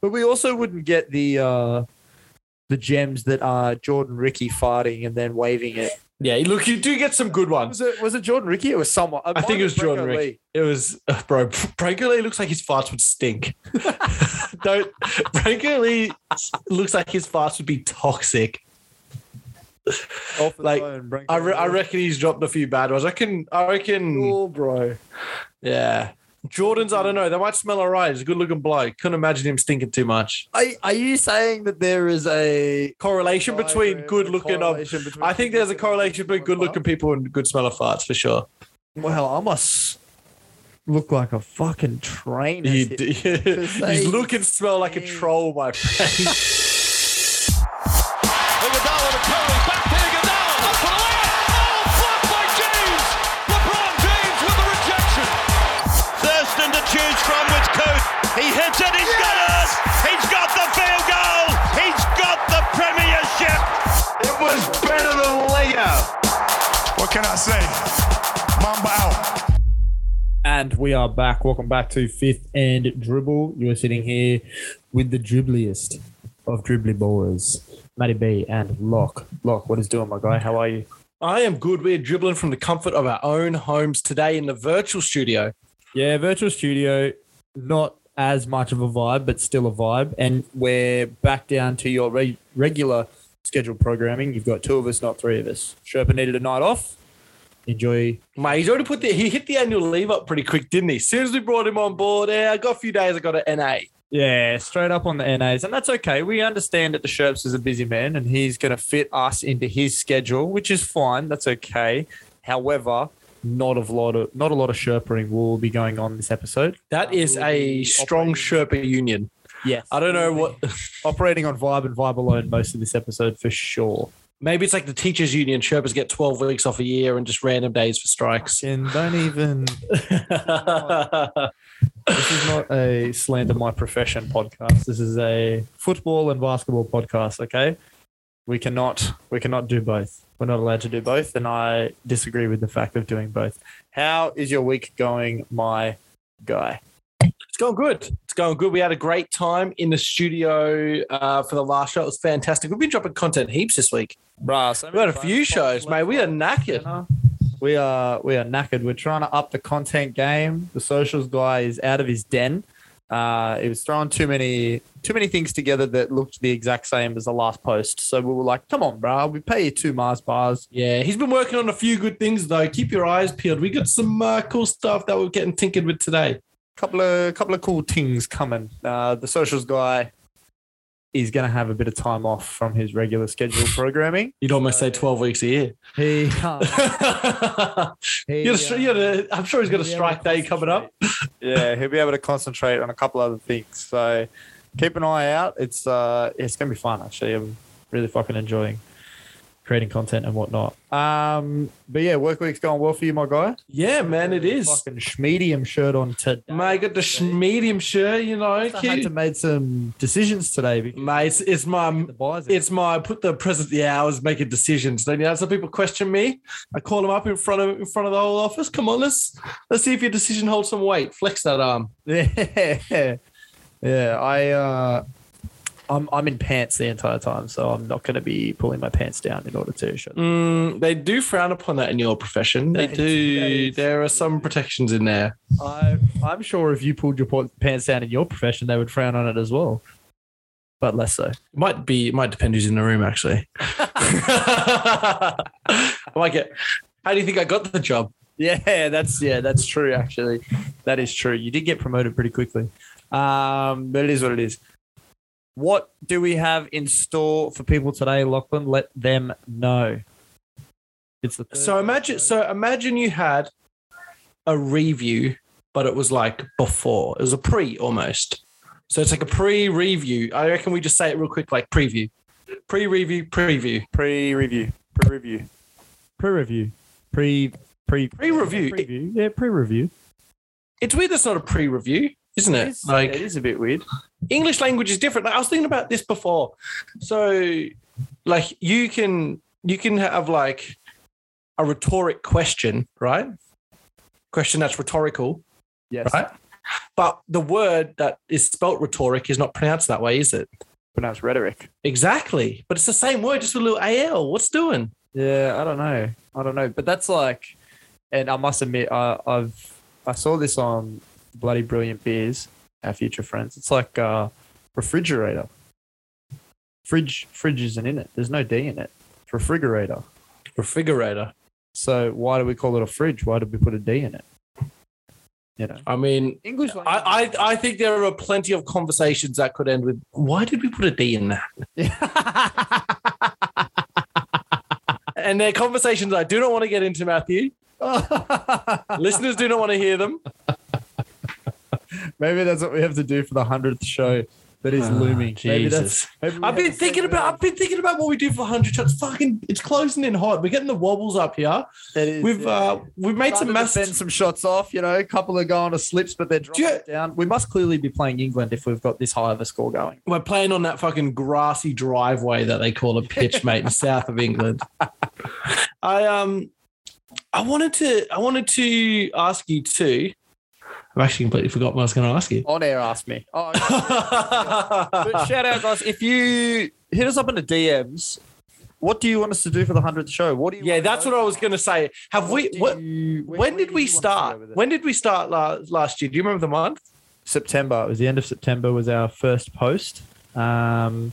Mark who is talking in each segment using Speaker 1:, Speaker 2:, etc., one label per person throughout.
Speaker 1: But we also wouldn't get the uh, the gems that are Jordan Ricky farting and then waving it.
Speaker 2: Yeah, look, you do get some good ones.
Speaker 1: Was it was it Jordan Ricky? It was someone.
Speaker 2: I think it was Jordan
Speaker 1: Branko
Speaker 2: Rickey.
Speaker 1: Lee.
Speaker 2: It was uh, bro. Branko Lee looks like his farts would stink. Don't Branko Lee looks like his farts would be toxic.
Speaker 1: Off the
Speaker 2: Like,
Speaker 1: phone, Branko
Speaker 2: I, re- I
Speaker 1: Lee.
Speaker 2: reckon he's dropped a few bad ones. I reckon. I reckon.
Speaker 1: Oh, bro.
Speaker 2: Yeah. Jordan's. I don't know. They might smell alright. He's a good-looking bloke. Couldn't imagine him stinking too much.
Speaker 1: Are, are you saying that there is a
Speaker 2: Correlation
Speaker 1: Oh,
Speaker 2: between good-looking. Of,
Speaker 1: correlation between
Speaker 2: I think there's a
Speaker 1: good-looking
Speaker 2: correlation between
Speaker 1: people and
Speaker 2: good-looking people and good smell of farts for sure.
Speaker 1: farts? Well, I must look like a fucking train.
Speaker 2: You,
Speaker 1: hit
Speaker 2: d-
Speaker 1: they
Speaker 2: you look and smell like a
Speaker 1: stink.
Speaker 2: troll, my friend.
Speaker 3: Iguodala to Curry, back to Iguodala, up for the layup. Oh, blocked by James. LeBron James with the rejection. Thurston to choose from with Coot. He hits it. He's got it. He's got the field goal. He's got the premiership. It was better than layup.
Speaker 4: What can I say? Mamba out.
Speaker 5: And we are back. Welcome back to Fifth and Dribble. You are sitting here with the dribbliest of dribbly ballers, Matty B and Locke. Locke, what is doing, my guy? How are you?
Speaker 2: I am good. We're dribbling from the comfort of our own homes today in the virtual studio.
Speaker 5: Yeah, virtual studio, not as much of a vibe, but still a vibe. And we're back down to your reg- regular scheduled programming. You've got two of us, not three of us. Sherpa needed a night off. Enjoy.
Speaker 2: Mate, he's already put the he hit the annual leave up pretty quick, didn't he? As soon as we brought him on board, yeah, I got a few days. I got an NA.
Speaker 5: Yeah, straight up on the NAs. And that's okay. We understand that the Sherps is a busy man and he's going to fit us into his schedule, which is fine. That's okay. However, not a lot of not a lot of Sherpering will be going on this episode.
Speaker 2: That is a strong Sherpa union.
Speaker 5: Yes.
Speaker 2: I don't know what.
Speaker 5: operating on vibe and vibe alone most of this episode for sure.
Speaker 2: Maybe it's like the teachers union. Sherpas get twelve weeks off a year and just random days for strikes.
Speaker 5: And don't even this is not a slander my profession podcast. This is a football and basketball podcast, okay? We cannot we cannot do both. We're not allowed to do both, and I disagree with the fact of doing both. How is your week going, my guy?
Speaker 2: It's going good. It's going good. We had a great time in the studio uh, for the last show. It was fantastic. We've been dropping content heaps this week.
Speaker 5: Bruh, so
Speaker 2: We had a few shows, mate. We are knackered.
Speaker 5: We are we are knackered. We're trying to up the content game. The socials guy is out of his den. Uh, he was throwing too many too many things together that looked the exact same as the last post. So we were like, "Come on, bro, we pay you two Mars bars."
Speaker 2: Yeah, he's been working on a few good things though. Keep your eyes peeled. We got some uh, cool stuff that we're getting tinkered with today.
Speaker 5: Couple of couple of cool things coming. Uh, the socials guy is going to have a bit of time off from his regular scheduled programming.
Speaker 2: You'd almost say twelve weeks a year.
Speaker 5: He,
Speaker 2: You're a stri- you're a- I'm sure he's got a strike day coming up.
Speaker 5: yeah, he'll be able to concentrate on a couple other things. So keep an eye out. It's uh, it's gonna be fun actually. I'm really fucking enjoying creating content and whatnot. Um, but yeah, work week's going well for you, my guy.
Speaker 2: Yeah, man, it is.
Speaker 5: Fucking schmedium shirt on today.
Speaker 2: Mate, got the sh- medium shirt. You know,
Speaker 5: I had
Speaker 2: keep-
Speaker 5: to made some decisions today because
Speaker 2: mate, it's, it's my
Speaker 5: the buys.
Speaker 2: It's my put the present the hours making decisions. Don't you know? Some people question me. I call them up in front of in front of the whole office. Come on, let's let's see if your decision holds some weight. Flex that arm.
Speaker 5: yeah, yeah. I uh, I'm I'm in pants the entire time, so I'm not gonna be pulling my pants down in order to show.
Speaker 2: Mm, they do frown upon that in your profession. They
Speaker 5: That is- that
Speaker 2: do.
Speaker 5: is-
Speaker 2: There are some protections in there.
Speaker 5: I, I'm sure if you pulled your po- pants down in your profession, they would frown on it as well, but less so.
Speaker 2: It might be. It might depend who's in the room. Actually, I might get. How do you think I got the job?
Speaker 5: Yeah, that's yeah, that's true. Actually, that is true. You did get promoted pretty quickly, um, but it is what it is. What do we have in store for people today, Lachlan? Let them know. It's the third
Speaker 2: So imagine.
Speaker 5: episode.
Speaker 2: So imagine you had a review, but it was like before. It was a pre almost. So it's like a pre-review. I reckon we just say it real quick, like preview, pre-review, preview,
Speaker 1: pre-review, pre-review.
Speaker 5: pre-review, pre pre
Speaker 2: pre-review. It-
Speaker 5: preview. yeah pre-review.
Speaker 2: it's weird. That's not a pre-review, isn't it?
Speaker 5: It's-
Speaker 2: like
Speaker 5: it is a bit weird.
Speaker 2: English language is different. Like, I was thinking about this before. So, like, you can you can have like a rhetoric question, right? Question that's rhetorical,
Speaker 5: Yes,
Speaker 2: right? But the word that is spelt rhetoric is not pronounced that way, is it?
Speaker 5: Pronounced rhetoric.
Speaker 2: Exactly. But it's the same word, just with a little AL. What's doing?
Speaker 5: Yeah, I don't know. I don't know. But that's like, and I must admit, I, I've I saw this on Bloody Brilliant Beers, our future friends. It's like a refrigerator. Fridge, fridge isn't in it. There's no D in it. It's refrigerator.
Speaker 2: Refrigerator.
Speaker 5: So why do we call it a fridge? Why did we put a D in it? You know,
Speaker 2: I mean,
Speaker 6: English
Speaker 2: I, I, I think there are plenty of conversations that could end with, why did we put a D in that? and they're conversations I do not want to get into, Matthew. Listeners do not want to hear them.
Speaker 5: maybe that's what we have to do for the hundredth show that is looming. Maybe that's.
Speaker 2: Ah, Jesus.
Speaker 5: maybe we
Speaker 2: I've
Speaker 5: have to
Speaker 2: been thinking
Speaker 5: send it
Speaker 2: about
Speaker 5: out.
Speaker 2: I've been thinking about what we do for 100 shots. Fucking, it's closing in hot. We're getting the wobbles up here.
Speaker 5: It is,
Speaker 2: We've
Speaker 5: yeah.
Speaker 2: uh, we've made
Speaker 5: Started
Speaker 2: some
Speaker 5: to
Speaker 2: massive
Speaker 5: fend some shots off. You know, a couple are going to slips, but they're dropping
Speaker 2: Do you-
Speaker 5: it down. We must clearly be playing England if we've got this high of a score going.
Speaker 2: We're playing on that fucking grassy driveway that they call a pitch, mate, in south of England. I um, I wanted to, I wanted to ask you too. I've actually completely forgot what I was going to ask you.
Speaker 5: On air, ask me. Oh, okay. But shout out, guys! If you hit us up in the DMs, what do you want us to do for the hundredth show? What do you?
Speaker 2: yeah, that's what I was going to say. Have we? What? When, did we start? When did we start last last year? Do you remember the month?
Speaker 5: September. It was the end of September. Was our first post. Um,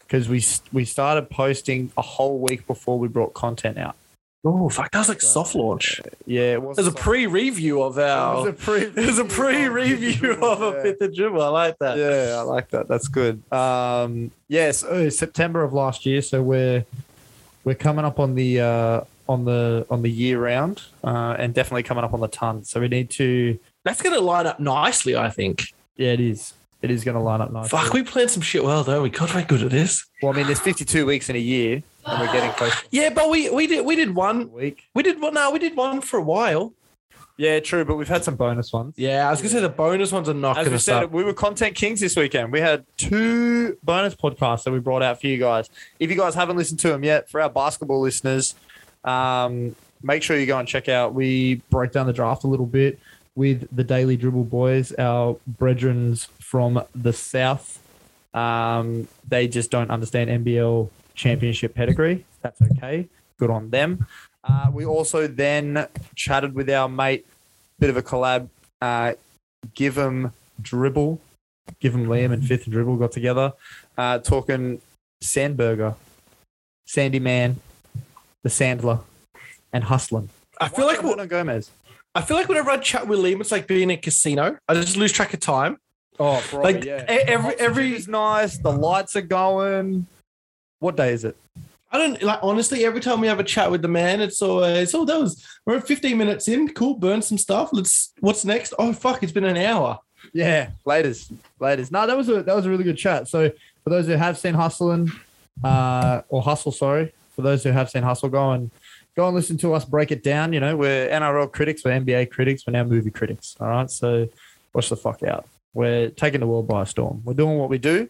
Speaker 5: because we st- we started posting a whole week before we brought content out.
Speaker 2: Oh fuck, that was like soft launch.
Speaker 5: Yeah, it was,
Speaker 2: There's a pre-review of our.
Speaker 5: It was a pre.
Speaker 2: It was a pre-review of a
Speaker 5: Yeah.
Speaker 2: fifth of Juma. I like that.
Speaker 5: yeah, I like that. That's good. Um, yes, uh, September of last year. So we're we're coming up on the uh, on the on the year round, uh, and definitely coming up on the ton. So we need to.
Speaker 2: That's going to line up nicely, I think.
Speaker 5: Yeah, it is. It is going to line up nicely.
Speaker 2: Fuck, we planned some shit well, though. We God, we're good at this.
Speaker 5: Well, I mean, there's 52 weeks in a year, and we're getting close to
Speaker 2: Yeah, but we we did we did
Speaker 5: a
Speaker 2: one.
Speaker 5: week.
Speaker 2: We did one. No, we did one for a while.
Speaker 5: Yeah, true. But we've had some bonus ones.
Speaker 2: Yeah, I was gonna say the bonus ones are
Speaker 5: As
Speaker 2: knocking
Speaker 5: we
Speaker 2: us
Speaker 5: said,
Speaker 2: up.
Speaker 5: we were content kings this weekend. We had two bonus podcasts that we brought out for you guys. If you guys haven't listened to them yet, for our basketball listeners, um, make sure you go and check out. We broke down the draft a little bit with the Daily Dribble Boys, our brethrens from the South. Um, they just don't understand NBL championship pedigree. That's okay. Good on them. Uh, we also then chatted with our mate, bit of a collab. Uh, give 'em dribble, give 'em Liam and fifth dribble got together, uh, talking Sandburger, Sandy Man, the Sandler, and Hustling.
Speaker 2: I feel like
Speaker 5: Juan Gomez.
Speaker 2: I feel like whenever I chat with Liam, it's like being in a casino. I just lose track of time.
Speaker 5: Oh, bro,
Speaker 2: Like, e- every- every-
Speaker 5: is nice. The lights are going. What day is it?
Speaker 2: I don't like honestly. Every time we have a chat with the man, it's always oh that was we're at fifteen minutes in. Cool, burn some stuff. Let's what's next? Oh fuck, it's been an hour.
Speaker 5: Yeah, latest, latest. No, that was a that was a really good chat. So for those who have seen Hustling, uh, or Hustle, sorry, for those who have seen Hustle, go and go and listen to us break it down. You know, we're NRL critics, we're NBA critics, we're now movie critics. All right, so watch the fuck out. We're taking the world by storm. We're doing what we do,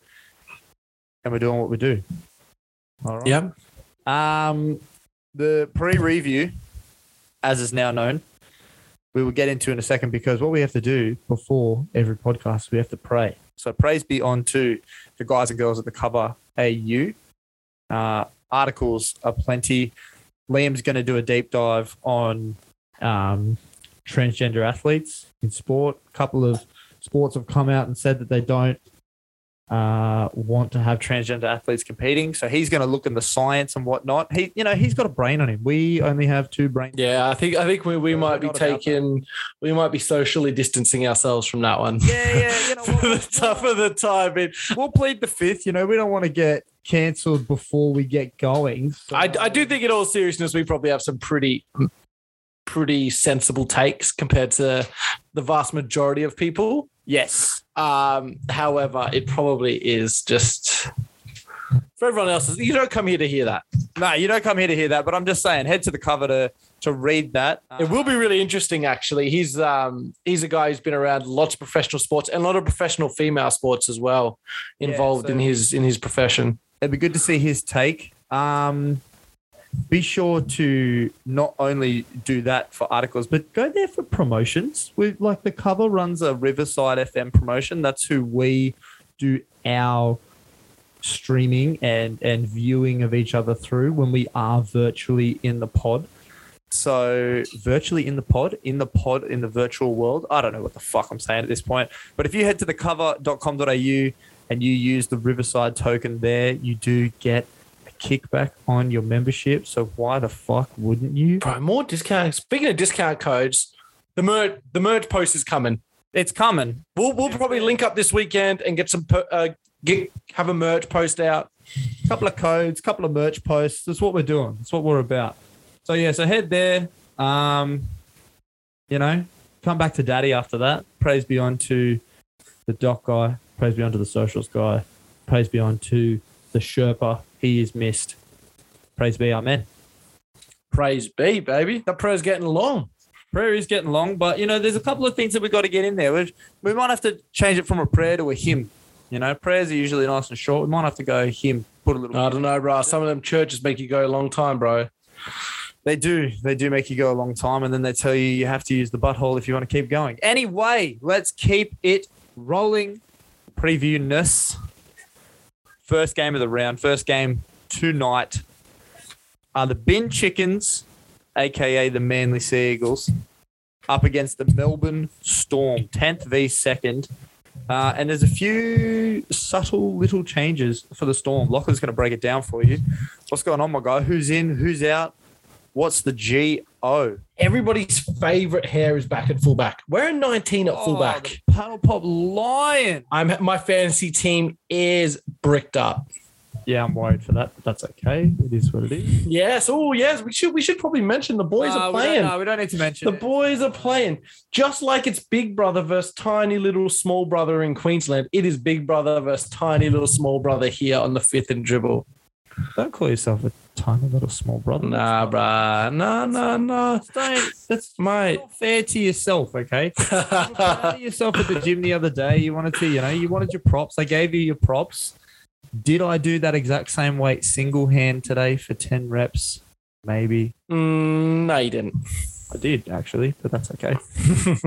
Speaker 5: and we're doing what we do. All right.
Speaker 2: Yeah,
Speaker 5: Um, the pre-review, as is now known, we will get into in a second because what we have to do before every podcast, we have to pray. So praise be on to the guys and girls at the cover AU. Uh, articles are plenty. Liam's going to do a deep dive on um, transgender athletes in sport. A couple of sports have come out and said that they don't uh, want to have transgender athletes competing. So he's going to look in the science and whatnot. He, you know, he's got a brain on him. We only have two brains.
Speaker 2: yeah. I think I think we, we
Speaker 5: We're
Speaker 2: might be
Speaker 5: not about that.
Speaker 2: taking we might be socially distancing ourselves from that one.
Speaker 5: Yeah, yeah. You know,
Speaker 2: for
Speaker 5: we'll,
Speaker 2: the tough of the time. It,
Speaker 5: we'll plead the fifth. You know, we don't want to get cancelled before we get going. So
Speaker 2: I, I do think, in all seriousness, we probably have some pretty, pretty sensible takes compared to the vast majority of people.
Speaker 5: Yes.
Speaker 2: Um, however, it probably is just for everyone else. You don't come here to hear that.
Speaker 5: No, you don't come here to hear that, but I'm just saying, head to the cover to to read that.
Speaker 2: It will be really interesting, actually. He's um, he's a guy who's been around lots of professional sports and a lot of professional female sports as well,
Speaker 5: Yeah,
Speaker 2: involved in
Speaker 5: so-
Speaker 2: his in his profession.
Speaker 5: It'd be good to see his take. Um, be sure to not only do that for articles, but go there for promotions. We like the cover runs a Riverside FM promotion. That's who we do our streaming and and viewing of each other through when we are virtually in the pod. So virtually in the pod, in the pod, in the virtual world. I don't know what the fuck I'm saying at this point. But if you head to the cover.com.au and you use the Riverside token there, you do get a kickback on your membership. So why the fuck wouldn't you?
Speaker 2: Bro, more discount. Speaking of discount codes, the merch the merch post is coming.
Speaker 5: It's coming.
Speaker 2: We'll we'll probably link up this weekend and get some per- uh, get have a merch post out.
Speaker 5: couple of codes, couple of merch posts. That's what we're doing. That's what we're about. So yeah, so head there. Um, you know, come back to daddy after that. Praise be on to the doc guy. Praise be on to the socials guy. Praise be on to the Sherpa. He is missed. Praise be, amen.
Speaker 2: Praise be, baby. That prayer's getting long.
Speaker 5: Prayer is getting long, but you know, there's a couple of things that we got to get in there. We, we might have to change it from a prayer to a hymn. You know, prayers are usually nice and short. We might have to go hymn. Put a little.
Speaker 2: I don't know, bro. Some of them churches make you go a long time, bro.
Speaker 5: They do. They do make you go a long time, and then they tell you you have to use the butthole if you want to keep going. Anyway, let's keep it rolling. Previewness. First game of the round. First game tonight are the Bin Chickens, aka the Manly Sea Eagles, up against the Melbourne Storm, tenth v second. Uh, and there's a few subtle little changes for the Storm. Lachlan's going to break it down for you. What's going on, my guy? Who's in? Who's out? What's the G O?
Speaker 2: Everybody's favorite hair is back at fullback. We're in 19
Speaker 5: Oh.
Speaker 2: at fullback.
Speaker 5: Paddle Pop Lion.
Speaker 2: I'm my fantasy team is bricked up.
Speaker 5: Yeah, I'm worried for that, but that's okay. It is what it is.
Speaker 2: Yes. Oh, yes. We should we should probably mention the boys are playing.
Speaker 5: Uh, we don't need to mention
Speaker 2: The boys are playing. Just like it's Big Brother versus tiny little small brother in Queensland, it is Big Brother versus tiny little small brother here on the fifth and dribble.
Speaker 5: Don't call yourself a tiny little small brother.
Speaker 2: Nah, bruh. Nah, nah, nah.
Speaker 5: Don't, that's
Speaker 2: Mate.
Speaker 5: not fair to yourself, okay? You were proud of yourself at the gym the other day. You wanted to, you know, you wanted your props. I gave you your props. Did I do that exact same weight single hand today for 10 reps? Maybe.
Speaker 2: Mm, no, you didn't.
Speaker 5: I did actually, but that's okay.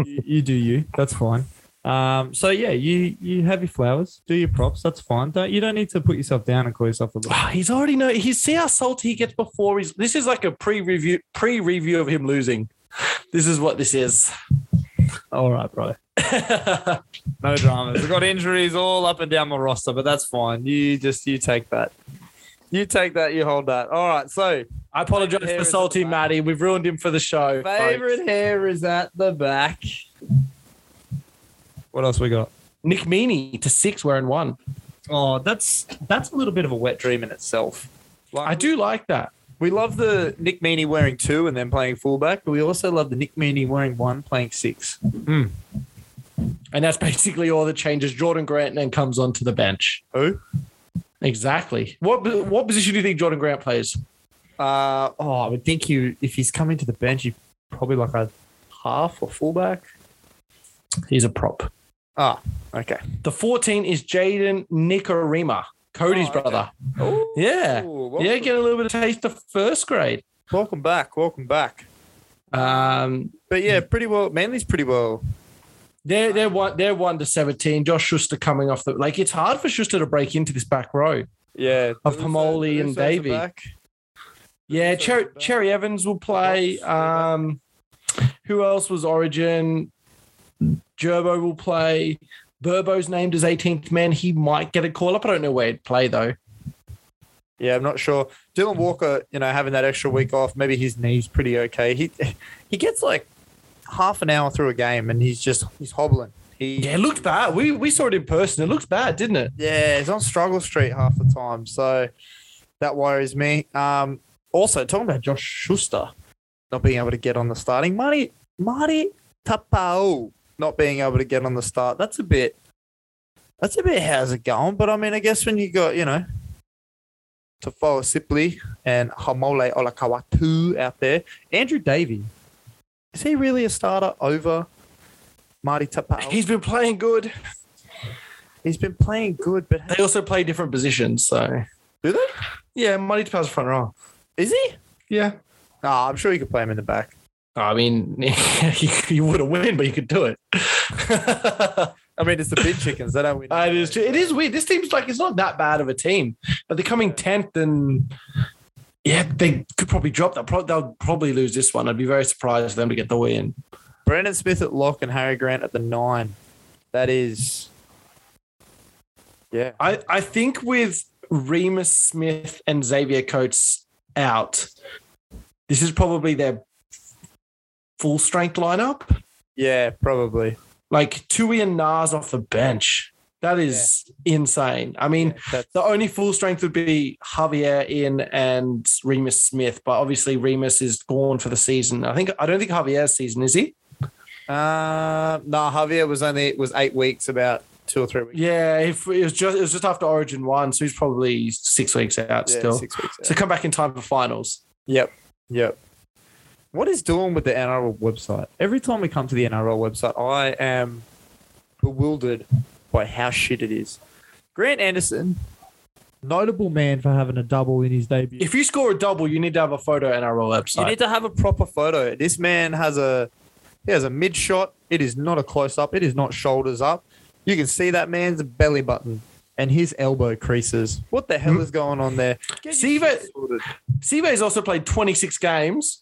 Speaker 5: you, you do you. That's fine. Um, so yeah, you you have your flowers, do your props. That's fine. Don't you don't need to put yourself down and call yourself a. little-
Speaker 2: Ah, he's already know. He see how salty he gets before he's. This is like a pre-review, pre-review of him losing. This is what this is.
Speaker 5: All right, bro. No dramas. I've got injuries all up and down my roster, but that's fine. You just you take that. You take that. You hold that. All right. So
Speaker 2: I apologize
Speaker 5: Hair
Speaker 2: for
Speaker 5: is
Speaker 2: salty
Speaker 5: back.
Speaker 2: Matty. We've ruined him for the show. folks.
Speaker 5: favorite hair is at the back. What else we got?
Speaker 2: Nick Meaney to six wearing one.
Speaker 5: Oh, that's that's a little bit of a wet dream in itself. Like,
Speaker 2: I do like that.
Speaker 5: We love the Nick Meaney wearing two and then playing fullback, but we also love the Nick Meaney wearing one, playing six.
Speaker 2: And that's basically all that changes. Jordan Grant then comes onto the bench.
Speaker 5: Who?
Speaker 2: Exactly. What what position do you think Jordan Grant plays?
Speaker 5: Uh, oh, I would think you if he's coming to the bench, he's probably like a half or fullback.
Speaker 2: He's a prop.
Speaker 5: Ah, okay.
Speaker 2: The 14 is Jaden Nikorima, Cody's
Speaker 5: Oh, okay.
Speaker 2: brother.
Speaker 5: Ooh,
Speaker 2: Yeah.
Speaker 5: welcome,
Speaker 2: Yeah, get a little bit of taste of first grade.
Speaker 5: welcome back, welcome back.
Speaker 2: Um,
Speaker 5: But yeah, pretty well. Manly's pretty well.
Speaker 2: they're they're one they're one to 17. Josh Schuster coming off the like it's hard for Schuster to break into this back row.
Speaker 5: Yeah,
Speaker 2: Of Pomoli and Davey. Yeah, Cherry, Cherry Evans will play. Um, who else was Origin? Gerbo will play. Burbo's named as 18th man. He might get a call up. I don't know where he'd play though.
Speaker 5: Yeah, I'm not sure. Dylan Walker, you know, having that extra week off, maybe his knee's pretty okay. He he gets like half an hour through a game, and he's just he's hobbling. He
Speaker 2: Yeah, it looked bad. We we saw it in person. It looked bad, didn't it?
Speaker 5: Yeah, he's on struggle street half the time, so that worries me. Um, also, talking about Josh Schuster not being able to get on the starting, Marty Marty Tapau not being able to get on the start. That's a bit. That's a bit. How's it going? But I mean, I guess when you got you know. Tafoa Sipley and Hamole Olakawatu out there. Andrew Davey, is he really a starter over Marty Tapau?
Speaker 2: He's been playing good.
Speaker 5: he's been playing good, but
Speaker 2: They also play different positions, so
Speaker 5: do they?
Speaker 2: yeah, Money to pass front row.
Speaker 5: Is he?
Speaker 2: Yeah.
Speaker 5: No, I'm sure you could play him in the back.
Speaker 2: I mean, you, you would have win, but you could do it.
Speaker 5: I mean, it's the big chickens. They don't win.
Speaker 2: Uh, it is. It is weird. This team's like it's not that bad of a team, but they're coming tenth, and yeah, they could probably drop that. Pro- they'll probably lose this one. I'd be very surprised for them to get the win.
Speaker 5: Brandon Smith at lock and Harry Grant at the nine. That is. Yeah.
Speaker 2: I I think with Remus Smith and Xavier Coates out, this is probably their full strength lineup.
Speaker 5: Yeah, probably.
Speaker 2: Like Tui and Nas off the bench. That is insane. I mean,
Speaker 5: Yeah, that's-
Speaker 2: the only full strength would be Javier in and Remus Smith, but obviously Remus is gone for the season. I think I don't think Javier's season is he.
Speaker 5: Uh, no, Javier was only it was eight weeks, about two or three weeks.
Speaker 2: Yeah, if it was just it was just after Origin one, so he's probably six weeks out
Speaker 5: Yeah,
Speaker 2: still.
Speaker 5: six weeks.
Speaker 2: So
Speaker 5: out.
Speaker 2: come back in time for finals.
Speaker 5: Yep, yep. What is doing with the NRL website? Every time we come to the NRL website, I am bewildered by how shit it is. Grant Anderson, notable man for having a double in his debut.
Speaker 2: If you score a double, you need to have a photo in our website.
Speaker 5: You need to have a proper photo. This man has a he has a mid shot. It is not a close up. It is not shoulders up. You can see that man's belly button and his elbow creases. What the
Speaker 2: Hmm.
Speaker 5: hell is going on there? Get your
Speaker 2: Siva-
Speaker 5: shit sorted.
Speaker 2: Siva's also played 26 games,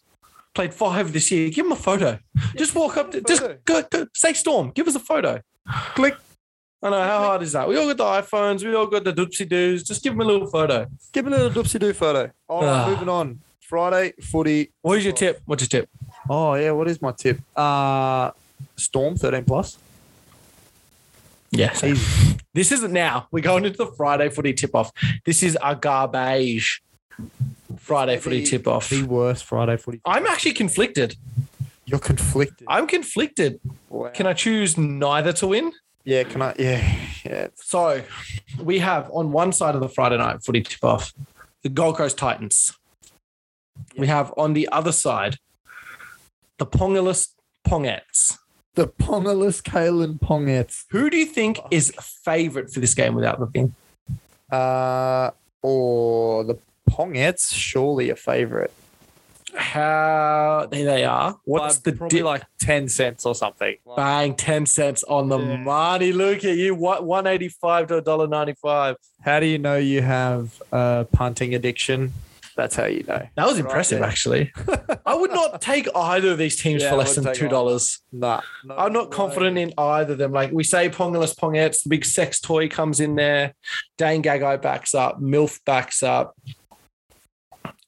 Speaker 2: played five this year. Give him a photo. just walk up, to,
Speaker 5: him a
Speaker 2: just
Speaker 5: photo.
Speaker 2: go, go, say Storm, give us a photo.
Speaker 5: Click.
Speaker 2: I know, how hard is that? We all got the iPhones, we all got the doopsy doos. Just give him a little photo.
Speaker 5: Give him a little doopsy doo photo. All right,
Speaker 2: Ah.
Speaker 5: moving on. Friday footy.
Speaker 2: What is your tip? What's your tip?
Speaker 5: Oh yeah, what is my tip? Uh Storm thirteen plus.
Speaker 2: Yes.
Speaker 5: Easy.
Speaker 2: This isn't now. We're going into the Friday footy tip off. This is our garbage Friday footy
Speaker 5: The-
Speaker 2: tip off.
Speaker 5: The worst Friday footy.
Speaker 2: I'm actually conflicted.
Speaker 5: You're conflicted.
Speaker 2: I'm conflicted.
Speaker 5: Wow.
Speaker 2: Can I choose neither to win?
Speaker 5: Yeah, can I? Yeah, yeah.
Speaker 2: So we have on one side of the Friday night footy tip off the Gold Coast Titans. We have on the other side the Pongalus Pongettes.
Speaker 5: The Pongalus Kalen Pongets.
Speaker 2: Who do you think
Speaker 5: Oh.
Speaker 2: is favourite for this game without the thing?
Speaker 5: Uh, or the Pongets, surely a favorite.
Speaker 2: How there they are. What's the
Speaker 5: probably
Speaker 2: di-
Speaker 5: like ten cents or something?
Speaker 2: bang? Ten cents on the
Speaker 5: Yeah.
Speaker 2: money. Look at you. What one eighty five to a dollar ninety five.
Speaker 5: How do you know you have a punting addiction? That's how you know.
Speaker 2: That was
Speaker 5: Right
Speaker 2: impressive,
Speaker 5: there.
Speaker 2: actually. I would not take either of these teams
Speaker 5: Yeah,
Speaker 2: for
Speaker 5: I
Speaker 2: less
Speaker 5: wouldn't
Speaker 2: than
Speaker 5: take
Speaker 2: two dollars.
Speaker 5: Nah, no
Speaker 2: I'm not
Speaker 5: way.
Speaker 2: confident in either of them. Like we say, Pongalus Pongettes, the big sex toy comes in there. Dane Gagai backs up. Milf backs up.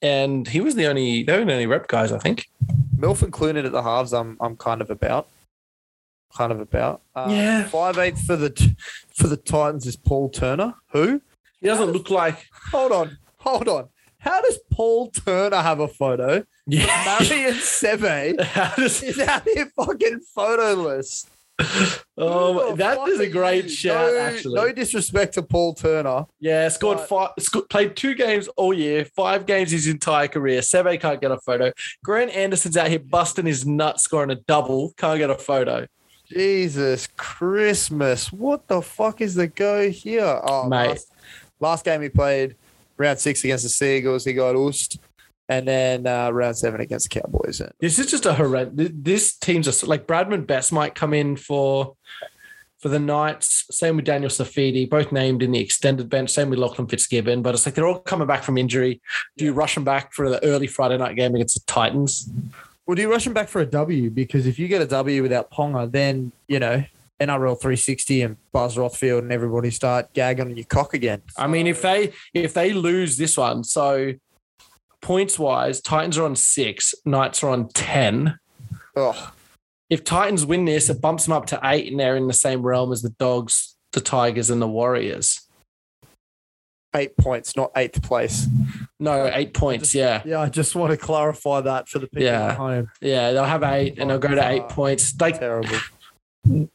Speaker 2: And he was the only, they were the only rep guys, I think.
Speaker 5: Milf and Clunan at the halves. I'm I'm kind of about. Kind of about. Uh,
Speaker 2: Yeah.
Speaker 5: Five eighth for the for the Titans is Paul Turner. Who?
Speaker 2: He doesn't look like.
Speaker 5: Hold on. Hold on. How does Paul Turner have a photo?
Speaker 2: Yeah.
Speaker 5: Marion Seve
Speaker 2: How does-
Speaker 5: is out here fucking photoless. Um,
Speaker 2: oh, that is a great shout,
Speaker 5: no,
Speaker 2: actually.
Speaker 5: No disrespect to Paul Turner.
Speaker 2: yeah, scored five, sco- played two games all year, five games his entire career. Seve can't get a photo. Grant Anderson's out here busting his nut, scoring a double, can't get a photo.
Speaker 5: Jesus Christmas. What the fuck is the go here? Oh,
Speaker 2: Mate.
Speaker 5: Last, last game he played, round six against the Seagulls, he got oosed. And then uh, round seven against the Cowboys.
Speaker 2: This is just a horrendous. This team's just like Bradman Best might come in for for the Knights. Same with Daniel Safidi, both named in the extended bench. Same with Lachlan Fitzgibbon, but it's like they're all coming back from injury. Do you rush them back for the early Friday night game against the Titans?
Speaker 5: Well, do you rush him back for a W? Because if you get a W without Ponga, then, you know, NRL 360 and Buzz Rothfield and everybody start gagging on your cock again.
Speaker 2: I mean, if they if they lose this one, so points wise, Titans are on six, Knights are on ten.
Speaker 5: Oh,
Speaker 2: If Titans win this, it bumps them up to eight, and they're in the same realm as the Dogs, the Tigers, and the Warriors.
Speaker 5: eight points, not eighth place.
Speaker 2: No, eight points. Yeah.
Speaker 5: Yeah, I just want to clarify that for the people
Speaker 2: Yeah.
Speaker 5: at home.
Speaker 2: Yeah, they'll have eight and they'll go to eight points. Like
Speaker 5: Terrible.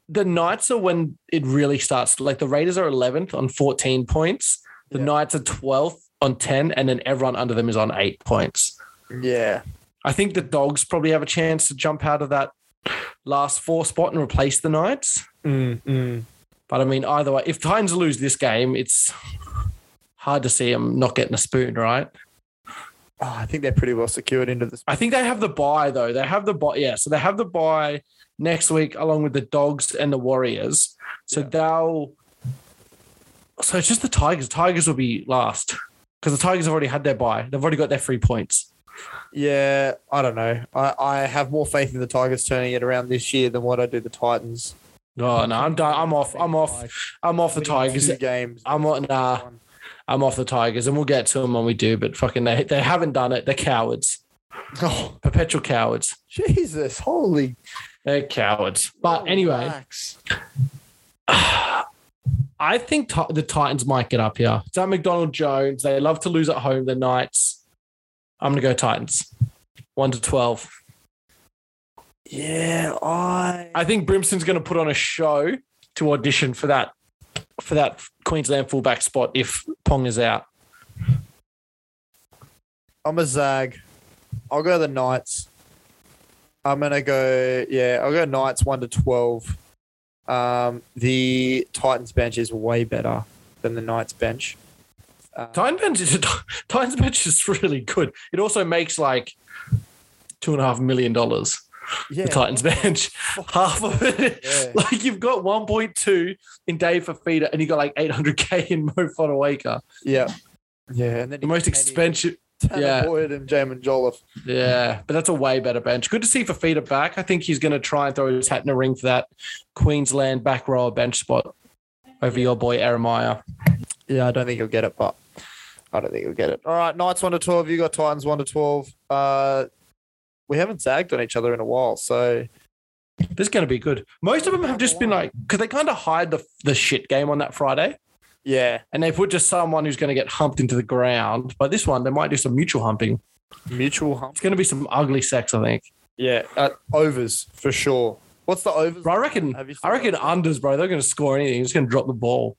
Speaker 2: the Knights are when it really starts. Like the Raiders are 11th on 14 points. The
Speaker 5: Yeah.
Speaker 2: Knights are 12th on 10, and then everyone under them is on eight points.
Speaker 5: Yeah.
Speaker 2: I think the Dogs probably have a chance to jump out of that last four spot and replace the Knights. Mm, But I mean, either way, if Titans lose this game, it's hard to see them not getting a spoon, right?
Speaker 5: Oh, I think they're pretty well secured into this.
Speaker 2: I think they have the buy though. They have the buy. Yeah, so they have the buy next week along with the Dogs and the Warriors. So they'll. So it's just the Tigers. Tigers will be last because the Tigers have already had their buy. They've already got their three points.
Speaker 5: Yeah, I don't know. I, I have more faith in the Tigers turning it around this year than what I do the Titans.
Speaker 2: Oh no, I'm done. I'm off. I'm off. I'm off the Tigers. Uh,
Speaker 5: Two games.
Speaker 2: I'm on. Nah, I'm off the Tigers, and we'll get to them when we do. But fucking, they they haven't done it. They're cowards.
Speaker 5: Oh,
Speaker 2: Perpetual cowards.
Speaker 5: Jesus, holy.
Speaker 2: They're cowards.
Speaker 5: Oh,
Speaker 2: But anyway,
Speaker 5: relax.
Speaker 2: I think ti the Titans might get up here. It's at McDonald Jones. They love to lose at home. The Knights. I'm gonna go Titans. One to twelve.
Speaker 5: Yeah, I.
Speaker 2: I think Brimson's gonna put on a show to audition for that for that Queensland fullback spot if Pong is out.
Speaker 5: I'm a zag. I'll go the Knights. I'm gonna go. Yeah, I'll go Knights one to twelve. Um, the Titans bench is way better than the Knights bench. Uh,
Speaker 2: Titans bench is Titans bench is really good. It also makes like two and a half million dollars.
Speaker 5: yeah,
Speaker 2: the Titans bench. Half of it,
Speaker 5: Yeah.
Speaker 2: like you've got 1.2 in Dave Fafita, and you got like 800k in Mo Fonawaker.
Speaker 5: yeah, yeah. And then
Speaker 2: The most expensive, yeah.
Speaker 5: Yeah, Boyd and Jamin Jolliffe.
Speaker 2: yeah, but that's a way better bench. Good to see Fafita back. I think he's going to try and throw his hat in the ring for that Queensland back row bench spot over your boy Aramaya.
Speaker 5: Yeah, I don't think he'll get it, but I don't think he'll get it. All right, Knights one to twelve. You got Titans one to twelve. Uh, we haven't zagged on each other in a while, so
Speaker 2: This is going to be good. Most of them have just been like because they kind of hide the the shit game on that Friday.
Speaker 5: yeah,
Speaker 2: and they put just someone who's going to get humped into the ground. But this one, they might do some mutual humping.
Speaker 5: mutual hump.
Speaker 2: It's going to be some ugly sex, I think.
Speaker 5: Yeah, uh, overs for sure. What's the overs?
Speaker 2: Bro, I reckon.
Speaker 5: Have you seen
Speaker 2: I reckon
Speaker 5: that?
Speaker 2: unders, bro. They're going to score anything. They're just going to drop the ball.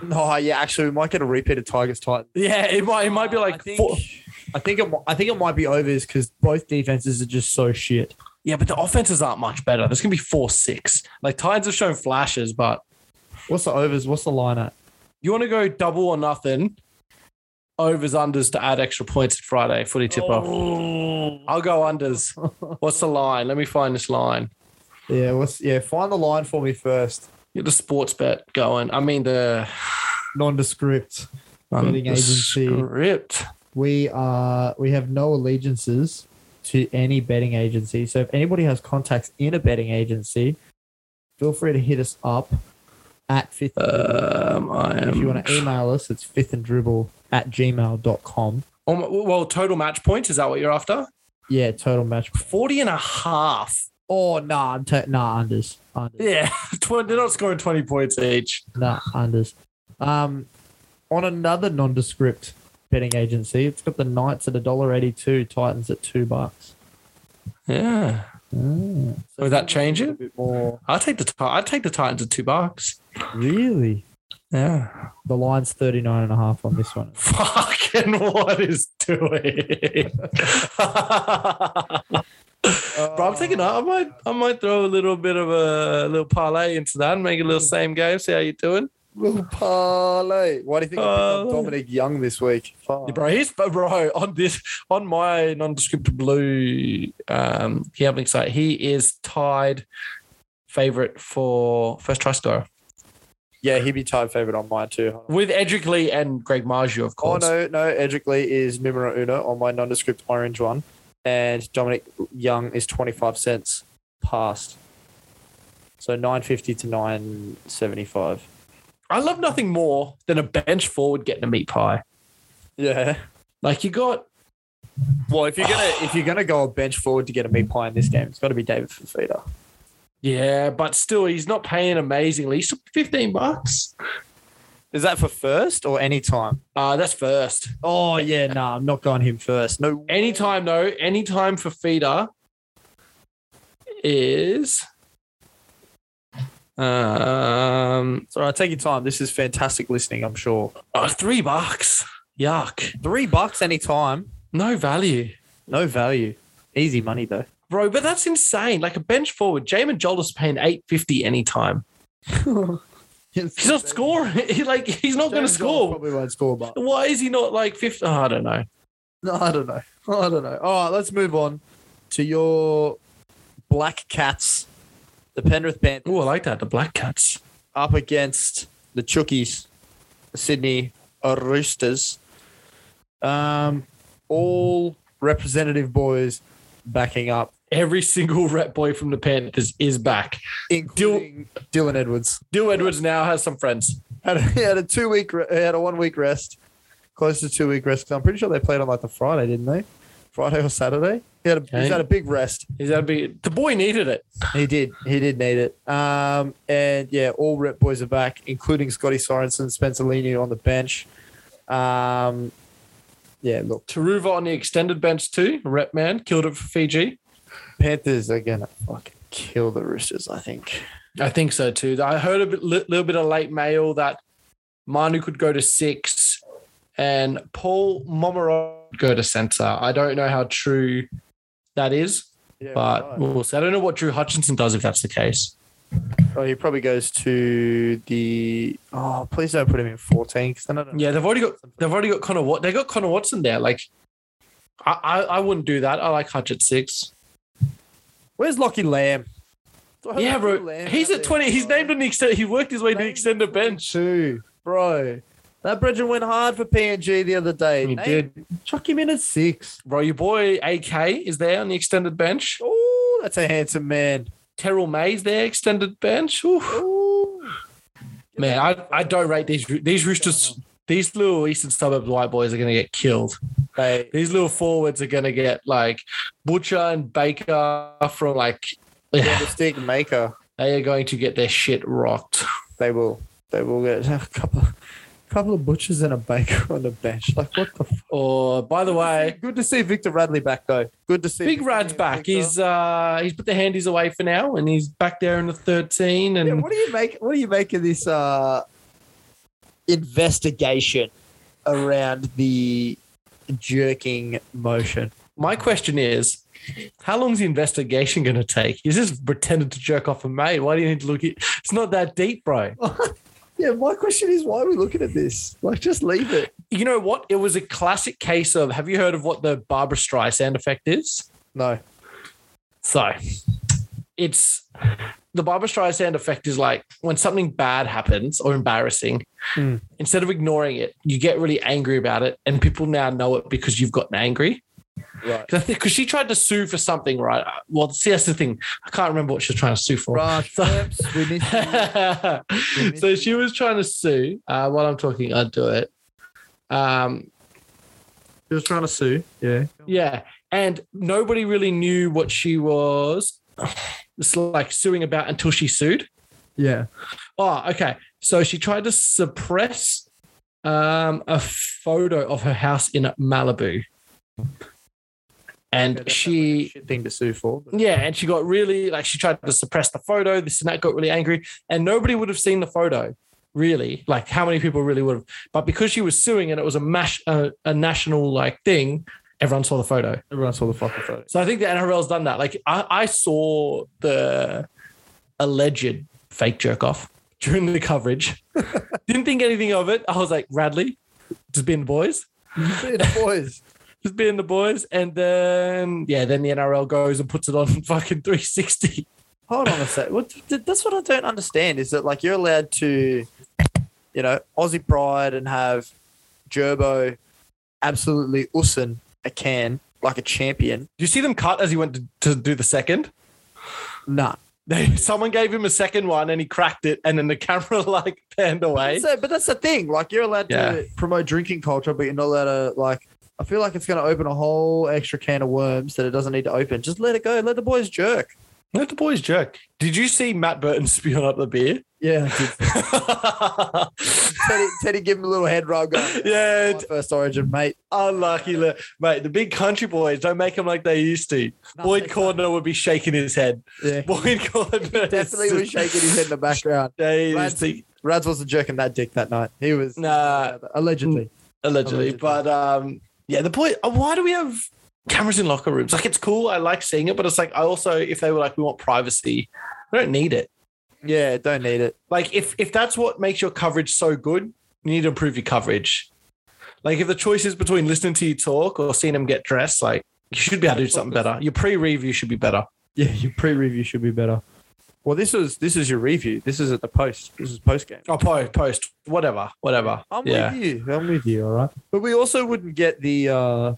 Speaker 5: No, yeah, actually, we might get a repeat of Tigers Titans.
Speaker 2: Yeah, it might. It might be
Speaker 5: I
Speaker 2: like.
Speaker 5: think,
Speaker 2: Four.
Speaker 5: I think it. mi- I think it might be overs because both defenses are just so shit.
Speaker 2: Yeah, but the offenses aren't much better. There's going to be four six. Like Titans have shown flashes, but
Speaker 5: What's the overs? What's the line at?
Speaker 2: you want to go double or nothing. Overs unders to add extra points Friday footy tip off.
Speaker 5: Oh.
Speaker 2: I'll go unders. What's the line? Let me find this line.
Speaker 5: Yeah, what's yeah? Find the line for me first.
Speaker 2: Get the sports bet going. I mean the
Speaker 5: Nondescript. Betting agency.
Speaker 2: script.
Speaker 5: We are. We have no allegiances to any betting agency. So if anybody has contacts in a betting agency, feel free to hit us up at fifth.
Speaker 2: Um, I am.
Speaker 5: if you want to email us, it's fifth and dribble at gmail.com.
Speaker 2: Oh, my- well, total match points. Is that what you're after?
Speaker 5: Yeah, total match.
Speaker 2: 40 and a half.
Speaker 5: Oh, nah, I'm ta- nah, unders. Unders.
Speaker 2: Yeah. 20, they're not scoring 20 points each.
Speaker 5: Nah, unders. Um, on another nondescript betting agency, it's got the Knights at $1.82, Titans at 2 bucks.
Speaker 2: Yeah.
Speaker 5: So
Speaker 2: Would that change
Speaker 5: a
Speaker 2: it?
Speaker 5: bit more.
Speaker 2: I'll take the Ti- I'd take the Titans at two bucks.
Speaker 5: Really?
Speaker 2: Yeah.
Speaker 5: The line's 39 and a half on this one.
Speaker 2: Fucking what is doing? Bro, I'm taking I might I might throw a little bit of a little parlay into that and make a little same game, see how you're doing.
Speaker 5: Little parlay. Why do you think I picked
Speaker 2: Parlay.
Speaker 5: up Dominic Young this week? Fuck.
Speaker 2: Yeah, bro, he's but bro on this on my nondescript blue um gambling site. He is tied favorite for first try scorer
Speaker 5: Yeah, he'd be tied favourite on mine too.
Speaker 2: with Edric Lee and Greg Maggio, of
Speaker 5: Oh
Speaker 2: course.
Speaker 5: no, no, Edric Lee is numero uno on my nondescript orange one, and Dominic Young is twenty five cents past. So nine fifty to nine seventy five.
Speaker 2: I love nothing more than a bench forward getting a meat pie.
Speaker 5: Yeah.
Speaker 2: Like you got
Speaker 5: Well, if you're gonna if you're gonna go a bench forward to get a meat pie in this game, it's got to be David Fafita.
Speaker 2: yeah, but still he's not paying amazingly. He's fifteen bucks.
Speaker 5: Is that for first or any time?
Speaker 2: Uh that's first.
Speaker 5: Oh yeah, no, nah, I'm not going him first. No.
Speaker 2: Anytime though, anytime for feeder is um
Speaker 5: Sorry, I take your time. This is fantastic listening. I'm sure.
Speaker 2: oh, three bucks. Yuck.
Speaker 5: Three bucks any time.
Speaker 2: No value.
Speaker 5: No value. Easy money though.
Speaker 2: Bro, but that's insane. Like a bench forward, Jamin Jolis paying eight fifty anytime. He's not scoring. He, like he's not going to score.
Speaker 5: Probably won't score, but
Speaker 2: Why is he not like fifth? Oh, I don't know.
Speaker 5: No, I don't know. I don't know. All right, let's move on to your Black Cats, the Penrith Panthers,
Speaker 2: Oh, I like that. The Black Cats.
Speaker 5: up against the Chookies, the Sydney Roosters. Um, all representative boys backing up,
Speaker 2: Every single rat boy from the Panthers is back.
Speaker 5: including Dylan Edwards.
Speaker 2: Dill Edwards now has some friends.
Speaker 5: Had a, he had a two week, re- he had a one week rest, close to two week rest. 'cause I'm pretty sure they played on like the Friday, didn't they? Friday or Saturday? He had a,
Speaker 2: Okay.
Speaker 5: he's had a big rest.
Speaker 2: Is that be the boy needed it?
Speaker 5: He did. He did need it. Um, and yeah, all rep boys are back, including Scotty Sorensen, Spencer Lenu on the bench. Um, yeah, look,
Speaker 2: Taruva on the extended bench too. Rep man killed it for Fiji.
Speaker 5: Panthers are gonna fucking kill the Roosters. I think.
Speaker 2: I think so too. I heard a bit, li- little bit of late mail that Manu could go to six and Paul Momoro could go to centre. I don't know how true that is,
Speaker 5: Yeah,
Speaker 2: but we'll see. I don't know what Drew Hutchinson does if that's the case.
Speaker 5: oh, he probably goes to the. Oh, please don't put him in fourteen because then I don't.
Speaker 2: Yeah, they've already got they've already got Connor Wat. They got Connor Watson there. Like, I I, I wouldn't do that. I like Hutch at six.
Speaker 5: Where's Lockie Lamb? Do I have
Speaker 2: Yeah,
Speaker 5: Lachie
Speaker 2: bro.
Speaker 5: Lamb
Speaker 2: He's
Speaker 5: out
Speaker 2: at
Speaker 5: there?
Speaker 2: twenty. He's named on the extend. He worked his way to the
Speaker 5: Named
Speaker 2: extended bench.
Speaker 5: two, bro. That Bridget went hard for PNG the other day.
Speaker 2: He
Speaker 5: Nate,
Speaker 2: did,
Speaker 5: Chuck him in at six.
Speaker 2: bro. Your boy AK is there on the extended bench.
Speaker 5: Oh, that's a handsome man.
Speaker 2: Terrell May's there, extended bench. Oof.
Speaker 5: Ooh.
Speaker 2: Man, I, I don't rate these Roo- these roosters. These little eastern suburbs white boys are gonna get killed.
Speaker 5: They,
Speaker 2: These little forwards are gonna get like Butcher and Baker from like.
Speaker 5: they're the stick maker.
Speaker 2: They are going to get their shit rocked.
Speaker 5: They will. They will get a couple, couple of butchers and a baker on the bench. Like what the? F-
Speaker 2: Or by the way,
Speaker 5: Good to see Victor Radley back though. Good to see
Speaker 2: Big
Speaker 5: Victor
Speaker 2: Rad's
Speaker 5: and
Speaker 2: back.
Speaker 5: Victor.
Speaker 2: He's uh he's put the handies away for now, and he's back there in the thirteen. And
Speaker 5: Yeah, what do you make? What do you make of this uh, investigation around the jerking motion?
Speaker 2: my question is, how long's the investigation going to take? Is this pretended to jerk off a mate? Why do you need to look? It? It's not that deep, bro.
Speaker 5: Oh. Yeah, my question is why are we looking at this? Like, just leave it.
Speaker 2: You know what? It was a classic case of. Have you heard of what the Barbara Streisand effect is?
Speaker 5: No.
Speaker 2: So it's the Barbara Streisand effect is like when something bad happens or embarrassing,
Speaker 5: Hmm.
Speaker 2: instead of ignoring it, you get really angry about it. And people now know it because you've gotten angry.
Speaker 5: Right.
Speaker 2: Because she tried to sue for something, right? Well, see, that's the thing. I can't remember what she was trying to sue for.
Speaker 5: Right.
Speaker 2: So-
Speaker 5: Tramps, we miss you.
Speaker 2: so she was trying to sue. Uh, while I'm talking, I'll do it. Um,
Speaker 5: He was trying to sue. Yeah.
Speaker 2: Yeah. And nobody really knew what she was it's like suing about until she sued.
Speaker 5: Yeah.
Speaker 2: Oh, okay. So she tried to suppress um, a photo of her house in Malibu. And she,
Speaker 5: Shit thing to sue for. but-
Speaker 2: yeah, and she got really like she tried to suppress the photo, this and that got really angry. And nobody would have seen the photo, really. Like how many people really would have? But because she was suing and it was a, mash, a, a national like thing, everyone saw the photo.
Speaker 5: Everyone saw the fucking photo.
Speaker 2: So I think the NRL's done that. Like I, I saw the alleged fake jerk off during the coverage. Didn't think anything of it. I was like, Radley, just being the boys.
Speaker 5: boys.
Speaker 2: Just being the boys. And then yeah, then the NRL goes and puts it on fucking 360.
Speaker 5: Hold on a sec. What, th- that's what I don't understand is that like you're allowed to, you know, Aussie pride and have Gerbo absolutely ussing a can like a champion.
Speaker 2: Do you see them cut as he went to, to do the second?
Speaker 5: Nah.
Speaker 2: They, someone gave him a second one and he cracked it and then the camera like panned away.
Speaker 5: So, but that's the thing. Like you're allowed
Speaker 2: Yeah.
Speaker 5: to promote drinking culture, but you're not allowed to like. I feel like it's going to open a whole extra can of worms that it doesn't need to open. Just let it go. Let the boys jerk.
Speaker 2: Let the boys jerk. Did you see Matt Burton spewing up the beer?
Speaker 5: Yeah. Teddy, Teddy, give him a little head rub. Going,
Speaker 2: Yeah,
Speaker 5: My first origin, mate.
Speaker 2: Unlucky, le- mate. The big country boys don't make them like they used to. Boyd Cordner would be shaking his head.
Speaker 5: Yeah.
Speaker 2: Boyd Cordner is-
Speaker 5: Definitely was shaking his head in the background.
Speaker 2: They
Speaker 5: Lads,
Speaker 2: used to-
Speaker 5: Rads wasn't jerking that dick that night. He was
Speaker 2: Nah.
Speaker 5: allegedly.
Speaker 2: allegedly,
Speaker 5: Allegedly.
Speaker 2: but um, yeah. The point. uh, Why do we have cameras in locker rooms? Like, it's cool. I like seeing it, but it's like I also, if they were like, we want privacy, we don't need it.
Speaker 5: Yeah, don't need it.
Speaker 2: Like, if if that's what makes your coverage so good, you need to improve your coverage. Like if the choice is between listening to you talk or seeing him get dressed, like you should be able to do something better. Your pre-review should be better.
Speaker 7: Yeah, your pre-review should be better.
Speaker 5: Well, this is this is your review. This is at the post. This is post game.
Speaker 2: Oh, post, post, whatever, whatever.
Speaker 5: I'm
Speaker 2: yeah.
Speaker 5: with you.
Speaker 7: I'm with you, all right?
Speaker 5: But we also wouldn't get the uh,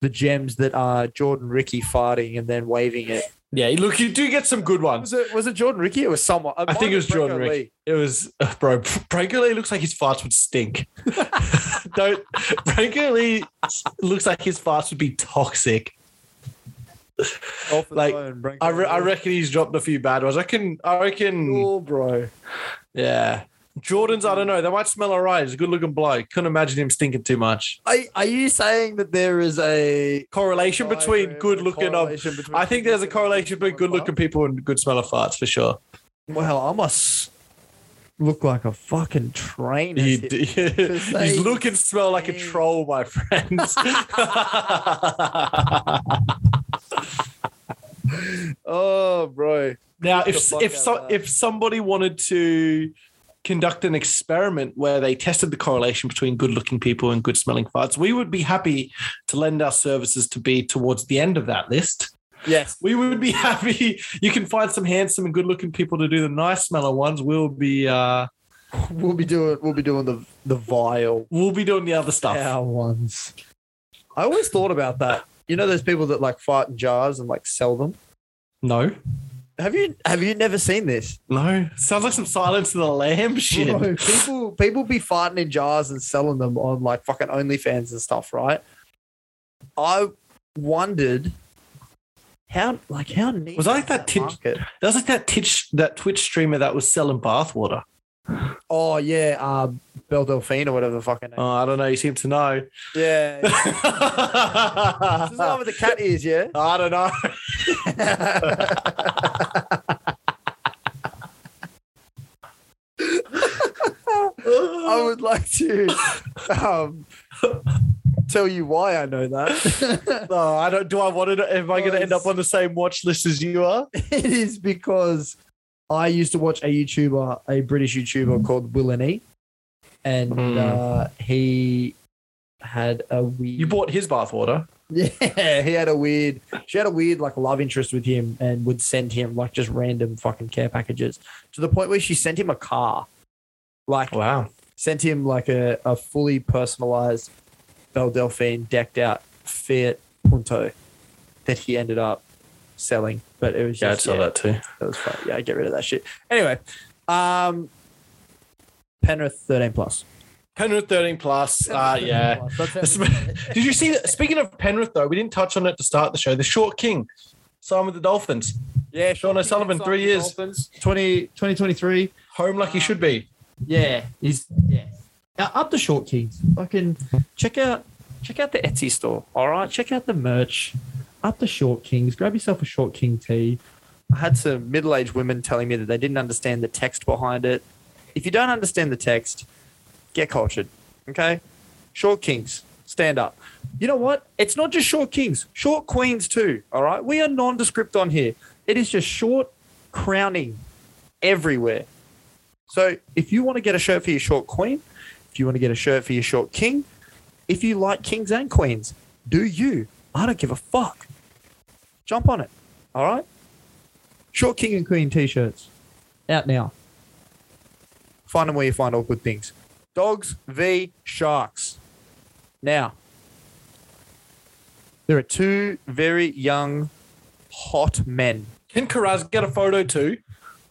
Speaker 5: the gems that are Jordan Ricky farting and then waving it.
Speaker 2: Yeah, look, you do get some good ones.
Speaker 5: Was it was it Jordan Ricky? It was someone.
Speaker 2: I think it was Jordan
Speaker 5: Ricky.
Speaker 2: Ricky. It was uh, bro. Branko Lee looks like his farts would stink. Don't Branko Lee looks like his farts would be toxic.
Speaker 5: Off like
Speaker 2: Like,
Speaker 5: phone,
Speaker 2: I, re- I reckon he's dropped a few bad ones. I reckon. I reckon.
Speaker 5: Oh, bro.
Speaker 2: Yeah. Jordan's. I don't know. They might smell alright. He's a good-looking bloke. Couldn't imagine him stinking too much.
Speaker 5: Are, are you saying that there is a Oh,
Speaker 2: Correlation between good-looking. Of,
Speaker 5: correlation between
Speaker 2: I think there's a
Speaker 5: good-looking
Speaker 2: correlation between
Speaker 5: and
Speaker 2: good-looking people and good smell of farts for sure.
Speaker 5: Well, I must look like a fucking train.
Speaker 2: You
Speaker 5: hit
Speaker 2: d-
Speaker 5: say
Speaker 2: you look and smell like a
Speaker 5: things.
Speaker 2: troll, my friends.
Speaker 5: Oh, bro.
Speaker 2: now, if
Speaker 5: the fuck
Speaker 2: if
Speaker 5: out
Speaker 2: so,
Speaker 5: of that.
Speaker 2: if somebody wanted to conduct an experiment where they tested the correlation between good-looking people and good-smelling farts, we would be happy to lend our services to be towards the end of that list.
Speaker 5: Yes.
Speaker 2: We would be happy. You can find some handsome and good-looking people to do the nice smelling ones. We'll be uh,
Speaker 5: We'll be doing we'll be doing the the vile
Speaker 2: we'll be doing the other stuff.
Speaker 5: our ones. I always thought about that. You know those people that like fart in jars and like sell them?
Speaker 2: No,
Speaker 5: Have you have you never seen this?
Speaker 2: no. Sounds like some silence of the lamb shit.
Speaker 5: Bro, people people be farting in jars and selling them on like fucking OnlyFans and stuff, right? I wondered how like how neat
Speaker 2: Was I like that tin-
Speaker 5: market?
Speaker 2: That was like that Twitch that Twitch streamer that was selling bathwater.
Speaker 5: Oh yeah, uh, Belle Delphine or whatever the fucking name.
Speaker 2: Oh, I don't know. You seem to know.
Speaker 5: yeah. yeah. this is the one
Speaker 2: I
Speaker 5: with the cat ears, yeah.
Speaker 2: don't know.
Speaker 5: I would like to um, tell you why I know that.
Speaker 2: No, "Oh, I don't. Do I want to? Am I going to end up on the same watch list as you are?
Speaker 5: it is because I used to watch a YouTuber, a British
Speaker 2: Mm-hmm.
Speaker 5: YouTuber called Will and E, and
Speaker 2: Hmm.
Speaker 5: uh, he had a weird.
Speaker 2: You bought his bathwater.
Speaker 5: yeah, he had a weird. She had a weird like love interest with him, and would send him like just random fucking care packages to the point where she sent him a car, like
Speaker 2: Wow.
Speaker 5: sent him like a, a fully personalized Belle Delphine decked out Fiat Punto that he ended up selling. But it was
Speaker 2: Yeah, I
Speaker 5: just,
Speaker 2: saw
Speaker 5: yeah,
Speaker 2: that too.
Speaker 5: that was fun. Yeah, get rid of that shit. Anyway, um, Penrith 13 plus.
Speaker 2: Penrith 13 plus. Ah, yeah. Did you see? that- Speaking of Penrith, though, we didn't touch on it to start the show. The short king signed with the Dolphins.
Speaker 5: Yeah,
Speaker 2: Sean O'Sullivan, three years,
Speaker 7: 20, 2023.
Speaker 2: home like he should be.
Speaker 7: Yeah, he's yeah. Uh, up the short kings. Fucking check out check out the Etsy store. All right, check out the merch. Up the short kings. Grab yourself a short king tee.
Speaker 5: I had some middle aged women telling me that they didn't understand the text behind it. If you don't understand the text, get cultured. Okay? Short kings, stand up. You know what? It's not just short kings, short queens too. All right? We are nondescript on here. It is just short crowning everywhere. So if you want to get a shirt for your short queen, if you want to get a shirt for your short king, if you like kings and queens, do you? I don't give a fuck. Jump on it. All right? Short King and Queen t-shirts.
Speaker 7: Out now.
Speaker 5: Find them where you find all good things. Dogs v sharks. Now, there are two very young, hot men.
Speaker 2: Can Karaz get a photo too?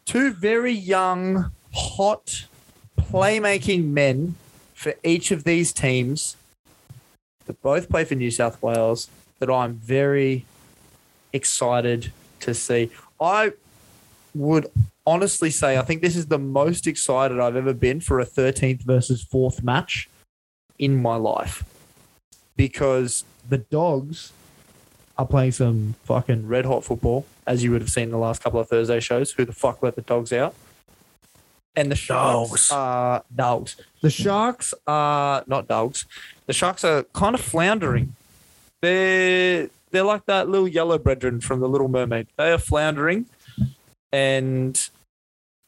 Speaker 5: Two very young, hot, playmaking men for each of these teams that both play for New South Wales that I'm very excited to see. I would honestly say I think this is the most excited I've ever been for a 13th versus 4th match in my life because the dogs are playing some fucking red hot football, as you would have seen in the last couple of Thursday shows. Who the fuck let the dogs out? And the
Speaker 2: Dogs.
Speaker 5: sharks are dogs. The sharks are not dogs. The sharks are kind of floundering. They're they're like that little yellow brethren from the Little Mermaid. They are floundering, and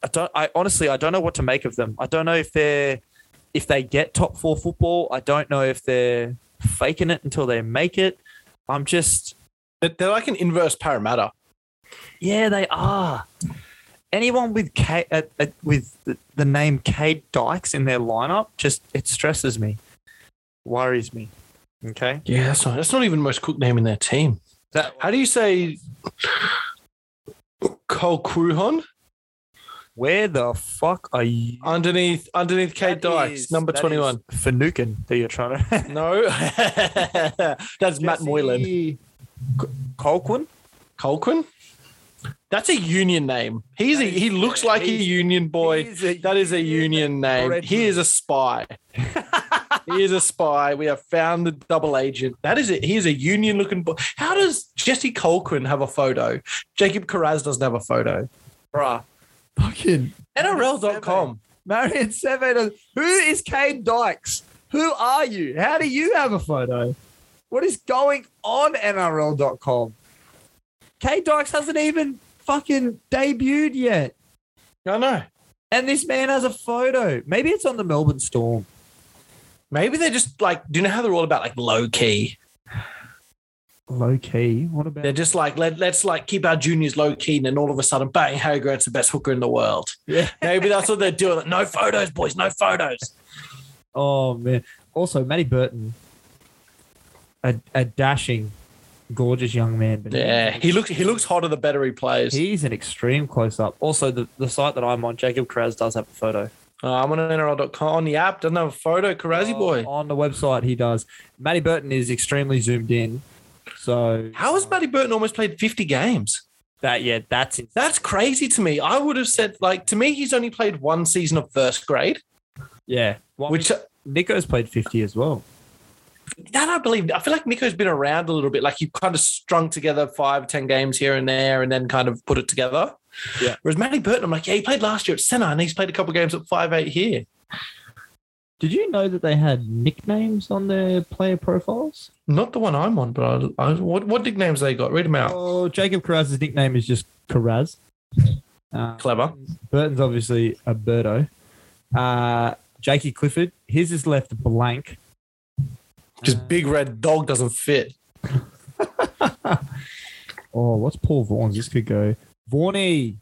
Speaker 5: I don't. I honestly, I don't know what to make of them. I don't know if they're if they get top four football, I don't know if they're faking it until they make it. I'm just,
Speaker 2: They're, they're like an inverse Parramatta.
Speaker 5: yeah, they are. Anyone with K, uh, uh, with the, the name Cade Dykes in their lineup, just it stresses me, worries me. Okay,
Speaker 2: Yeah, that's not, that's not even the most cook name in their team.
Speaker 5: that
Speaker 2: How do you say Cole Cruhon
Speaker 5: where the fuck are you?
Speaker 2: underneath underneath
Speaker 5: That
Speaker 2: Kate Dykes,
Speaker 5: is-
Speaker 2: number
Speaker 5: that is
Speaker 2: twenty one?
Speaker 5: Finucane that you're trying to.
Speaker 2: No, that's Matt Moylan.
Speaker 5: Colquhoun?
Speaker 2: Colquhoun. That's a union name. He's a,
Speaker 5: That is-
Speaker 2: he looks like a
Speaker 5: he's-
Speaker 2: union boy.
Speaker 5: he is a
Speaker 2: that is a
Speaker 5: union
Speaker 2: union name.
Speaker 5: bred
Speaker 2: He is a spy. he is a spy. We have found the double agent. That is it. He is a union looking boy. How does Jesse Colquhoun have a photo? Jacob Carraz doesn't have a photo.
Speaker 5: Bruh.
Speaker 7: Fucking
Speaker 2: NRL.com.
Speaker 7: Marion Seven. Who is Cade Dykes? Who are you? How do you have a photo?
Speaker 5: What is going on NRL.com? K Dykes hasn't even fucking debuted yet.
Speaker 2: I know.
Speaker 5: And this man has a photo. Maybe it's on the Melbourne Storm.
Speaker 2: Maybe they're just like, do you know how they're all about like low key?
Speaker 5: Low key. What about
Speaker 2: They're just like, let, let's like keep our juniors low key. And then all of a sudden, bang, Harry Grant's the best hooker in the world.
Speaker 5: Yeah.
Speaker 2: Maybe that's what they're doing. No photos, boys. No photos.
Speaker 5: Oh man. Also, Matty Burton. A, a dashing, gorgeous young man. but he-
Speaker 2: Yeah. He looks, he looks hotter the better he plays.
Speaker 5: He's an extreme close up. Also, the, the site that I'm on, Jacob Kraz does have a photo.
Speaker 2: Uh, I'm on NRL.com on the app. Doesn't have a photo.
Speaker 5: Oh.
Speaker 2: Karazi boy.
Speaker 5: On the website, he does. Matty Burton is extremely zoomed in. So
Speaker 2: How has Matty Burton almost played 50 games?
Speaker 5: that yeah, that's insane.
Speaker 2: That's crazy to me. I would have said, like, to me, he's only played one season of first grade,
Speaker 5: yeah. Well,
Speaker 2: which
Speaker 5: Which Nico's played fifty as well.
Speaker 2: that I believe. I feel like Nico's been around a little bit. Like, he kind of strung together five, 10 games here and there and then kind of put it together.
Speaker 5: Yeah.
Speaker 2: Whereas Matty Burton, I'm like, yeah, he played last year at centre and he's played a couple games at five eight here.
Speaker 5: Did you know that they had nicknames on their player profiles?
Speaker 2: Not the one I'm on, but I, I, what, what nicknames they got? Read them out.
Speaker 5: Oh, Jacob Kraz's nickname is just Kraz. Uh,
Speaker 2: Clever.
Speaker 5: Burton's obviously a Birdo. Uh, Jakey Clifford, his is left blank.
Speaker 2: Just big red dog doesn't fit.
Speaker 5: Oh, what's Paul Vaughan's? This could go. Vaughnie.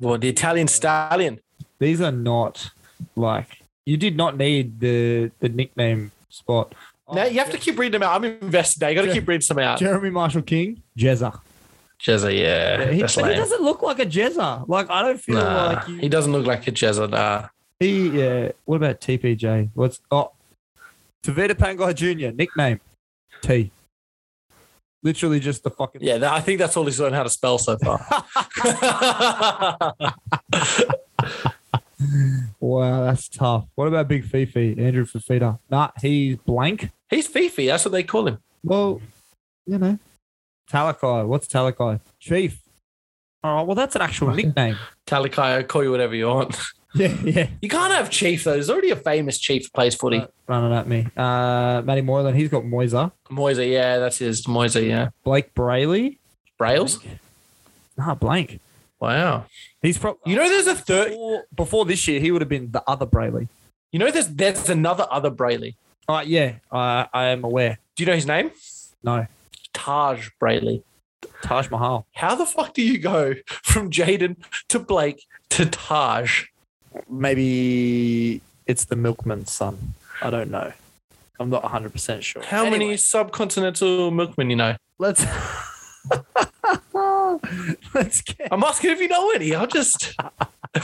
Speaker 2: Well, the Italian stallion.
Speaker 5: these are not like you did not need the the nickname spot.
Speaker 2: No, you have to keep reading them out. I'm invested now. You got to
Speaker 5: Jer-
Speaker 2: keep reading some out.
Speaker 5: Oh, Jeremy Marshall King, Jezza.
Speaker 2: Jezza, yeah.
Speaker 5: He,
Speaker 2: that's
Speaker 5: but he
Speaker 2: lame.
Speaker 5: doesn't look like a Jezza. Like I don't feel
Speaker 2: nah,
Speaker 5: like you,
Speaker 2: he doesn't look like a Jezza. Nah.
Speaker 5: he. Yeah. What about TPJ? What's oh, Tavita Pangai Jr. nickname T. Literally just the fucking
Speaker 2: Yeah, that, I think that's all he's learned how to spell so far.
Speaker 5: Wow, that's tough. What about Big Fifi Andrew Fafita? Nah, he's blank.
Speaker 2: he's Fifi. That's what they call him.
Speaker 5: Well, you know, Talakai. What's Talakai? Chief. All right. Well, that's an actual nickname.
Speaker 2: Talakai, call you whatever you want.
Speaker 5: Yeah, yeah.
Speaker 2: You can't have Chief, though. There's already a famous Chief who plays footy.
Speaker 5: Running at me. Uh, Matty Moylan, he's got Moiser.
Speaker 2: Moise, yeah, that's his. Moise, yeah.
Speaker 5: Blake Brayley.
Speaker 2: Brails?
Speaker 5: Nah, blank.
Speaker 2: Wow.
Speaker 5: He's probably.
Speaker 2: You know, there's a third.
Speaker 5: before, before this year, he would have been the other Brayley.
Speaker 2: You know, there's there's another other Brayley.
Speaker 5: Oh, yeah. I I am aware.
Speaker 2: Do you know his name?
Speaker 5: No.
Speaker 2: Taj Brayley.
Speaker 5: Taj Mahal.
Speaker 2: How the fuck do you go from Jaden to Blake to Taj?
Speaker 5: Maybe it's the milkman's son. I don't know. I'm not 100% sure.
Speaker 2: How many subcontinental milkmen you know?
Speaker 5: Let's. Let's get.
Speaker 2: I'm asking if you know any. I'll just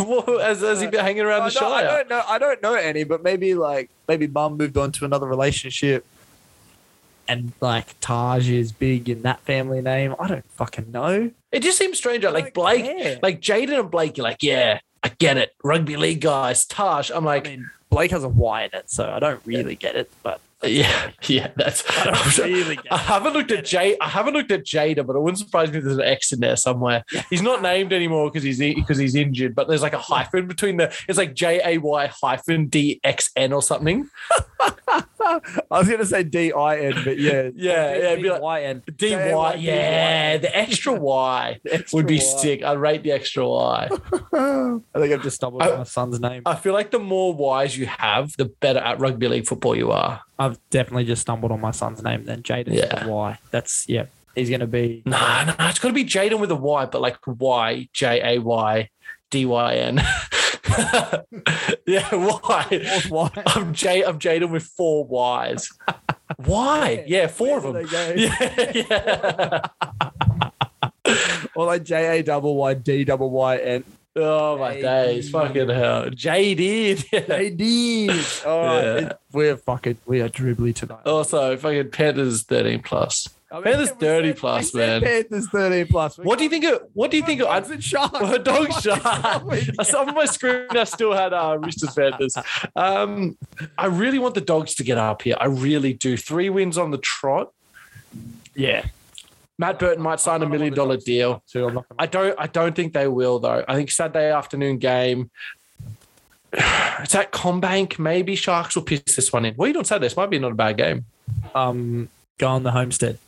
Speaker 2: as as he been hanging around the
Speaker 5: I don't, I
Speaker 2: Shire.
Speaker 5: don't know. I don't know any, but maybe like maybe mum moved on to another relationship, and like Taj is big in that family name. I don't fucking know.
Speaker 2: It just seems strange. Like
Speaker 5: don't
Speaker 2: Blake,
Speaker 5: care.
Speaker 2: like Jaden and Blake. You're like, yeah, I get it. Rugby league guys, Taj. I'm
Speaker 5: I
Speaker 2: like,
Speaker 5: mean, Blake has a Y in it, so I don't really get it. But
Speaker 2: yeah, yeah. That's.
Speaker 5: I
Speaker 2: I'm
Speaker 5: don't
Speaker 2: sure-
Speaker 5: really get
Speaker 2: I
Speaker 5: it.
Speaker 2: haven't looked at Jay. I haven't looked at Jada, but it wouldn't surprise me if there's an X in there somewhere. He's not named anymore because he's because he's injured. But there's like a hyphen between the. It's like J A Y hyphen D X N or something.
Speaker 5: I was going to say D I N, but yeah.
Speaker 2: Yeah, yeah, it'd be like-
Speaker 5: D-Y-N.
Speaker 2: D Y, yeah, the extra Y
Speaker 5: Extra
Speaker 2: would be
Speaker 5: Y.
Speaker 2: sick. I'd rate the extra Y.
Speaker 5: I think I've just stumbled
Speaker 2: I-
Speaker 5: on my son's name.
Speaker 2: I feel like the more Ys you have, the better at rugby league football you are.
Speaker 5: I've definitely just stumbled on my son's name then. Jaden
Speaker 2: Yeah.
Speaker 5: yeah. Y. That's, yeah. He's going to be.
Speaker 2: Nah, nah, it's got to be Jaden with a Y, but like Y, J A Y, D Y N. Yeah, Y.
Speaker 5: Fourth Y.
Speaker 2: I'm J. I'm Jaden with four Ys. Why? Yeah, four of
Speaker 5: Where
Speaker 2: them.
Speaker 5: do they go?
Speaker 2: Yeah, yeah.
Speaker 5: Or like J A double Y D double Y N.
Speaker 2: Oh my days, fucking hell. Jaded.
Speaker 5: They did. All right.
Speaker 2: Yeah.
Speaker 5: It- we're fucking, we are dribbly tonight.
Speaker 2: Also, fucking Panthers thirteen plus.
Speaker 5: I mean,
Speaker 2: Panthers
Speaker 5: we
Speaker 2: thirty
Speaker 5: said-
Speaker 2: plus,
Speaker 5: we said
Speaker 2: man.
Speaker 5: Panthers 30 plus.
Speaker 2: What do you think? Of, what do you think? Of,
Speaker 5: Dogs and sharks.
Speaker 2: Well, dog
Speaker 5: What the
Speaker 2: shot.
Speaker 5: fuck is wrong
Speaker 2: I
Speaker 5: with
Speaker 2: saw on my screen. I still had uh, Roosters Panthers. Um, I really want the dogs to get up here. I really do. Three wins on the trot.
Speaker 5: you? Yeah.
Speaker 2: Matt Burton might sign a million dollar deal.
Speaker 5: So I'm not gonna-
Speaker 2: I don't. I don't think they will though. I think Saturday afternoon game. It's at Combank. Maybe Sharks will piss this one in. What are you doing Saturday? This might be not a bad game.
Speaker 5: um, go on the homestead.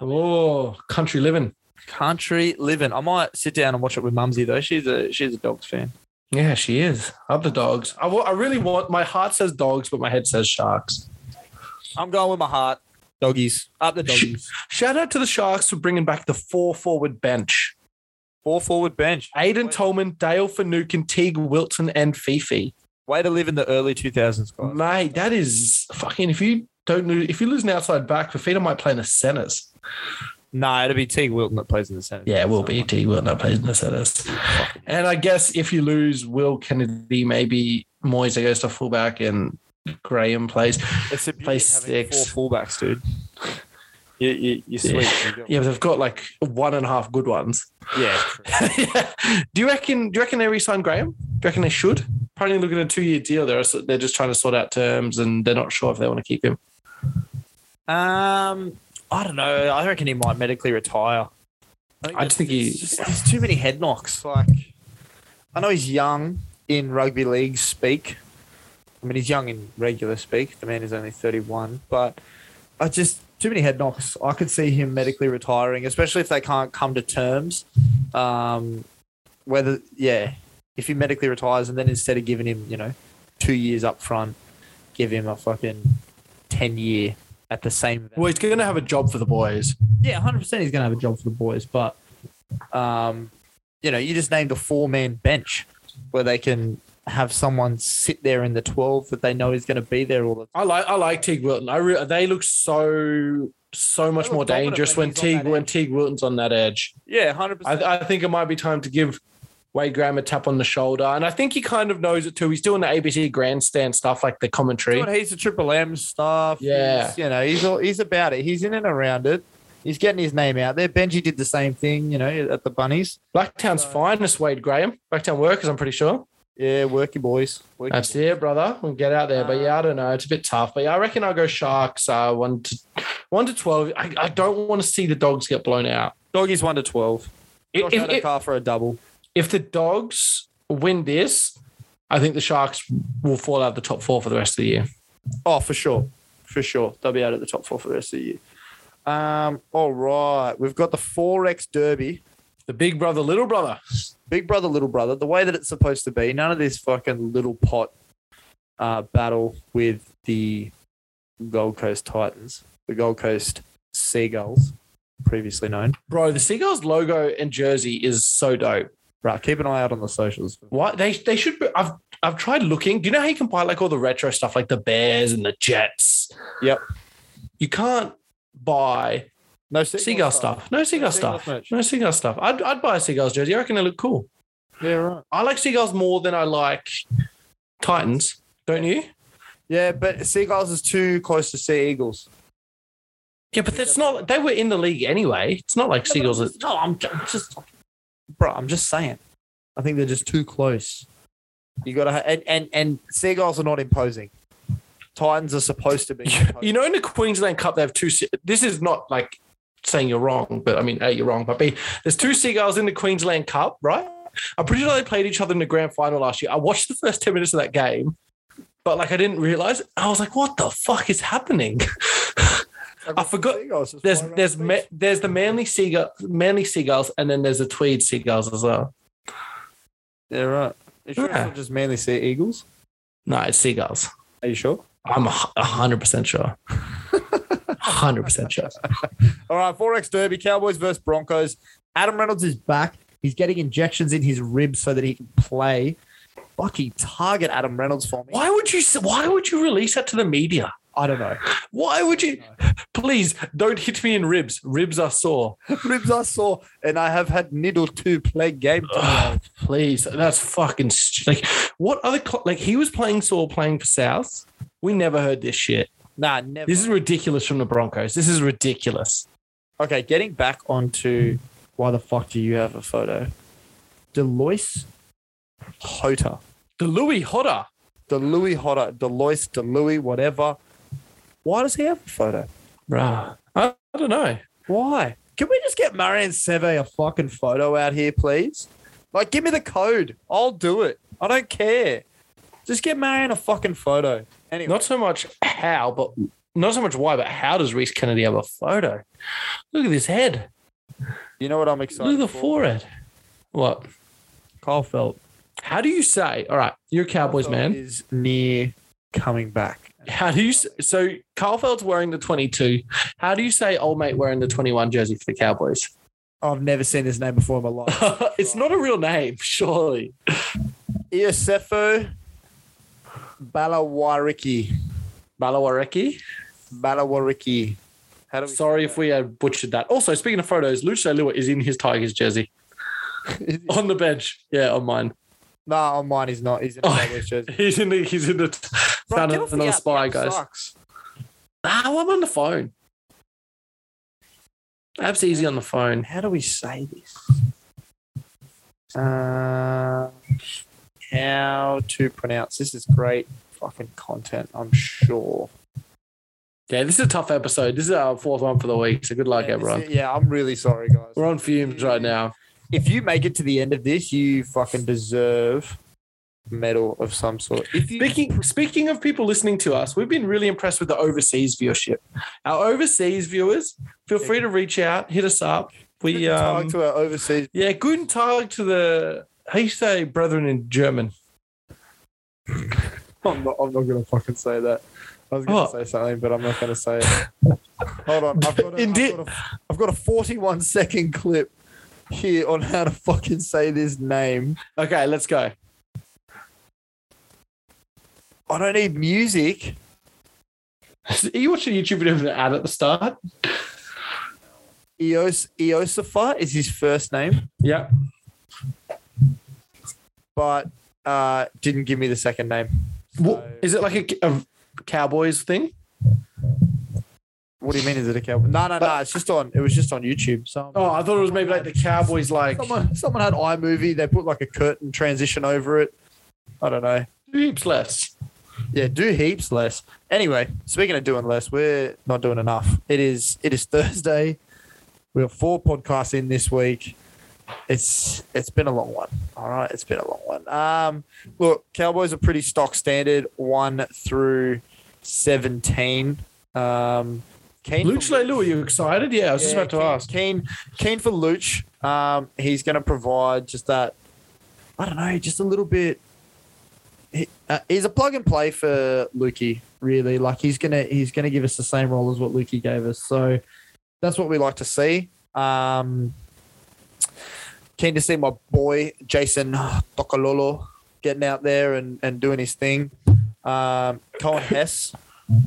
Speaker 2: Oh, country living.
Speaker 5: Country living. I might sit down and watch it with Mumsy though. She's a she's a dogs fan.
Speaker 2: Yeah, she is. Up the dogs. I wa- I really want. My heart says dogs, but my head says Sharks.
Speaker 5: I'm going with my heart. Doggies. Up the doggies.
Speaker 2: Shout out to the Sharks for bringing back the four forward bench.
Speaker 5: Four forward bench.
Speaker 2: Aiden Tolman, Dale Finucane, Teague Wilton, and Fifi.
Speaker 5: Way to live in the early 2000s, guys.
Speaker 2: Mate, that is fucking. If you don't lose, if you lose an outside back, Fafita might play in the centres.
Speaker 5: Nah, it'll be Teague Wilton that plays in the centre.
Speaker 2: Yeah, it will be. Teague Wilton that plays in the centres. And I guess if you lose, Will Kennedy, maybe Moyes goes to fullback and Graham plays.
Speaker 5: It's a beauty
Speaker 2: Play
Speaker 5: having
Speaker 2: six.
Speaker 5: four fullbacks, dude. You, you, you're sweet. You got-
Speaker 2: Yeah, but they've got like one and a half good ones.
Speaker 5: yeah.
Speaker 2: do you reckon? Do you reckon they re-sign Graham? Do you reckon they should? Apparently, looking at a two-year deal, they're they're just trying to sort out terms, and they're not sure if they want to keep him.
Speaker 5: Um, I don't know. I reckon he might medically retire.
Speaker 2: I just think he-
Speaker 5: it's just- there's too many head knocks. Like, I know he's young in rugby league speak. I mean, he's young in regular speak. The man is only 31, but I just too many head knocks. I could see him medically retiring, especially if they can't come to terms. Um, whether yeah, if he medically retires and then instead of giving him, you know, two years up front, give him a fucking ten year at the same.
Speaker 2: Well, he's going to have a job for the boys.
Speaker 5: Yeah, hundred percent. He's going to have a job for the boys, but um, you know, you just named a four man bench where they can have someone sit there in the twelve that they know is going to be there all the time.
Speaker 2: I like I like Teague Wilton. I re- they look so so much
Speaker 5: look
Speaker 2: more
Speaker 5: dominant
Speaker 2: dangerous when
Speaker 5: when he's on
Speaker 2: Teague
Speaker 5: that
Speaker 2: when
Speaker 5: edge.
Speaker 2: Teague Wilton's on that edge.
Speaker 5: Yeah, hundred percent.
Speaker 2: I, I think it might be time to give Wade Graham a tap on the shoulder, and I think he kind of knows it too. He's doing the ABC grandstand stuff like the commentary.
Speaker 5: But he's the Triple M stuff.
Speaker 2: Yeah.
Speaker 5: He's, you know, he's all, he's about it. He's in and around it. He's getting his name out there. Benji did the same thing, you know, at the Bunnies.
Speaker 2: Blacktown's finest, Wade Graham. Blacktown workers, I'm pretty sure.
Speaker 5: Yeah, worky boys. Worky
Speaker 2: That's
Speaker 5: boys.
Speaker 2: it, brother. We'll get out there. But yeah, I don't know. It's a bit tough. But yeah, I reckon I'll go Sharks uh, one to one to twelve. I, I don't want to see the dogs get blown out.
Speaker 5: Doggies one to twelve.
Speaker 2: If,
Speaker 5: Josh
Speaker 2: if-
Speaker 5: had a car for a double.
Speaker 2: if the dogs win this, I think the Sharks will fall out of the top four for the rest of the year.
Speaker 5: Oh, for sure. For sure. They'll be out of the top four for the rest of the year. Um, all right. We've got the Forex Derby.
Speaker 2: The big brother, little brother.
Speaker 5: Big brother, little brother, the way that it's supposed to be. None of this fucking little pot uh, battle with the Gold Coast Titans, the Gold Coast Seagulls, previously known.
Speaker 2: Bro, the Seagulls logo and jersey is so dope.
Speaker 5: Right. Keep an eye out on the socials.
Speaker 2: What they they should be, I've I've tried looking. Do you know how you can buy like all the retro stuff like the Bears and the Jets?
Speaker 5: Yep.
Speaker 2: You can't buy
Speaker 5: No
Speaker 2: Seagull stuff. No Seagull
Speaker 5: Seagull
Speaker 2: stuff.
Speaker 5: merch.
Speaker 2: No Seagull stuff. I'd, I'd buy a Seagulls jersey. I reckon they look cool.
Speaker 5: Yeah, right.
Speaker 2: I like Seagulls more than I like Titans. Don't you?
Speaker 5: Yeah, but Seagulls is too close to Sea Eagles.
Speaker 2: Yeah, but that's not. They were in the league anyway. It's not like Seagulls. Are,
Speaker 5: No, I'm ju- I'm just, bro. I'm just saying. I think they're just too close. You got to, ha- and and and seagulls are not imposing. Titans are supposed to be.
Speaker 2: you know, in the Queensland Cup, they have two. Se- This is not like saying you're wrong, but I mean, A, you're wrong, but B, there's two Seagulls in the Queensland Cup, right? I'm pretty sure they played each other in the grand final last year. I watched the first 10 minutes of that game But like I didn't realize. I was like, what the fuck is happening? I forgot.
Speaker 5: Seagulls just
Speaker 2: There's
Speaker 5: fly around
Speaker 2: there's
Speaker 5: the beach.
Speaker 2: ma- there's the manly seagull, manly seagulls, and then there's the tweed seagulls as well.
Speaker 5: yeah, right. You sure it's
Speaker 2: Yeah.
Speaker 5: not just mainly sea eagles?
Speaker 2: No, it's seagulls.
Speaker 5: Are you sure?
Speaker 2: I'm a hu- a hundred percent sure. Hundred percent sure.
Speaker 5: All right, 4X Derby, Cowboys versus Broncos. Adam Reynolds is back. He's getting injections in his ribs so that he can play. Fucking target Adam Reynolds for me.
Speaker 2: Why would you? s- Why would you release that to the media?
Speaker 5: I don't know.
Speaker 2: Why would you? Please don't hit me in ribs. Ribs are sore.
Speaker 5: ribs I saw, and I have had needle to play game.
Speaker 2: Ugh, please, that's fucking st- like what other cl- like he was playing sore playing for South. We never heard this shit.
Speaker 5: Nah, never.
Speaker 2: This is ridiculous from the Broncos. This is ridiculous.
Speaker 5: okay, getting back onto why the fuck do you have a photo? Delois Hota.
Speaker 2: The Louis Hodder.
Speaker 5: The Louis Hotter, Delois, Delois, whatever. Why does he have a photo?
Speaker 2: Bruh. I, I don't know.
Speaker 5: Why? Can we just get Murray and Seve a fucking photo out here, please? Like, give me the code. I'll do it. I don't care. Just get Marion a fucking photo. Anyway,
Speaker 2: Not so much how, but not so much why, but how does Reese Kennedy have a photo? Look at his head.
Speaker 5: you know what I'm
Speaker 2: Look
Speaker 5: excited
Speaker 2: at the
Speaker 5: for?
Speaker 2: forehead. What?
Speaker 5: Kyle Felt
Speaker 2: How do you say? All right, you're a Cowboys man.
Speaker 5: is near coming back.
Speaker 2: How do you s- so Carlfeld's wearing the 22? How do you say old mate wearing the 21 jersey for the Cowboys?
Speaker 5: I've never seen his name before in my life.
Speaker 2: it's not a real name, surely.
Speaker 5: Iosefo Balawariki.
Speaker 2: Malawareki.
Speaker 5: Balawariki. How do we
Speaker 2: Sorry if we had butchered that. Also, speaking of photos, Lucio Lua is in his Tigers jersey on the bench. Yeah, on mine.
Speaker 5: Nah, on mine he's not. He's in a
Speaker 2: Oh.
Speaker 5: Cowboys jersey.
Speaker 2: He's in the he's in the
Speaker 5: Bro,
Speaker 2: found
Speaker 5: get off the
Speaker 2: another
Speaker 5: app,
Speaker 2: spy,
Speaker 5: the app
Speaker 2: guys.
Speaker 5: sucks.
Speaker 2: Ah, I'm on the phone. Ab's easy on the phone.
Speaker 5: How do we say this? Uh, how to pronounce this is great fucking content, I'm sure.
Speaker 2: Yeah, this is a tough episode. This is our fourth one for the week. So good luck,
Speaker 5: yeah,
Speaker 2: everyone.
Speaker 5: this is- yeah, I'm really sorry, guys.
Speaker 2: We're on fumes right now.
Speaker 5: if you make it to the end of this, you fucking deserve a medal of some sort. If you
Speaker 2: Speaking speaking of people listening to us, we've been really impressed with the overseas viewership. Our overseas viewers, feel free to reach out, hit us up. We um,
Speaker 5: talk to our overseas
Speaker 2: yeah, guten Tag to the how you say brethren in German.
Speaker 5: I'm not, I'm not going to fucking say that. I was going
Speaker 2: What?
Speaker 5: to say something, but I'm not going to say it. Hold on. I've got, a, I've,
Speaker 2: Indeed.
Speaker 5: got a, I've got a 41 second clip here on how to fucking say this name.
Speaker 2: Okay, let's go.
Speaker 5: I don't need music.
Speaker 2: Are you watching a YouTube video with an ad at the start?
Speaker 5: Eos Eosifa is his first name,
Speaker 2: Yep.
Speaker 5: but uh, didn't give me the second name.
Speaker 2: Wha- Is it like a, a Cowboys thing?
Speaker 5: What do you mean? Is it a cowboy? No, no, no. It's just on. It was just on YouTube. So
Speaker 2: Oh, I thought it was maybe like the Cowboys, like
Speaker 5: someone someone had iMovie. They put like a curtain transition over it. I don't know.
Speaker 2: heaps less.
Speaker 5: Yeah, do heaps less. Anyway, speaking of doing less, we're not doing enough. It is it is Thursday. We have four podcasts in this week. It's it's been a long one. All right, it's been a long one. Um, look, Cowboys are pretty stock standard, one through seventeen. Um, Keen
Speaker 2: Luch Lelu, are you excited? Yeah, I was just
Speaker 5: yeah,
Speaker 2: about to
Speaker 5: keen,
Speaker 2: ask.
Speaker 5: Keen, keen for Luch. Um, he's going to provide just that. I don't know, just a little bit. He, uh, he's a plug and play for Lukey, really. Like he's gonna he's gonna give us the same role as what Lukey gave us. So that's what we like to see. Um, keen to see my boy Jason Tokololo getting out there and, and doing his thing. Um, Cohen Hess has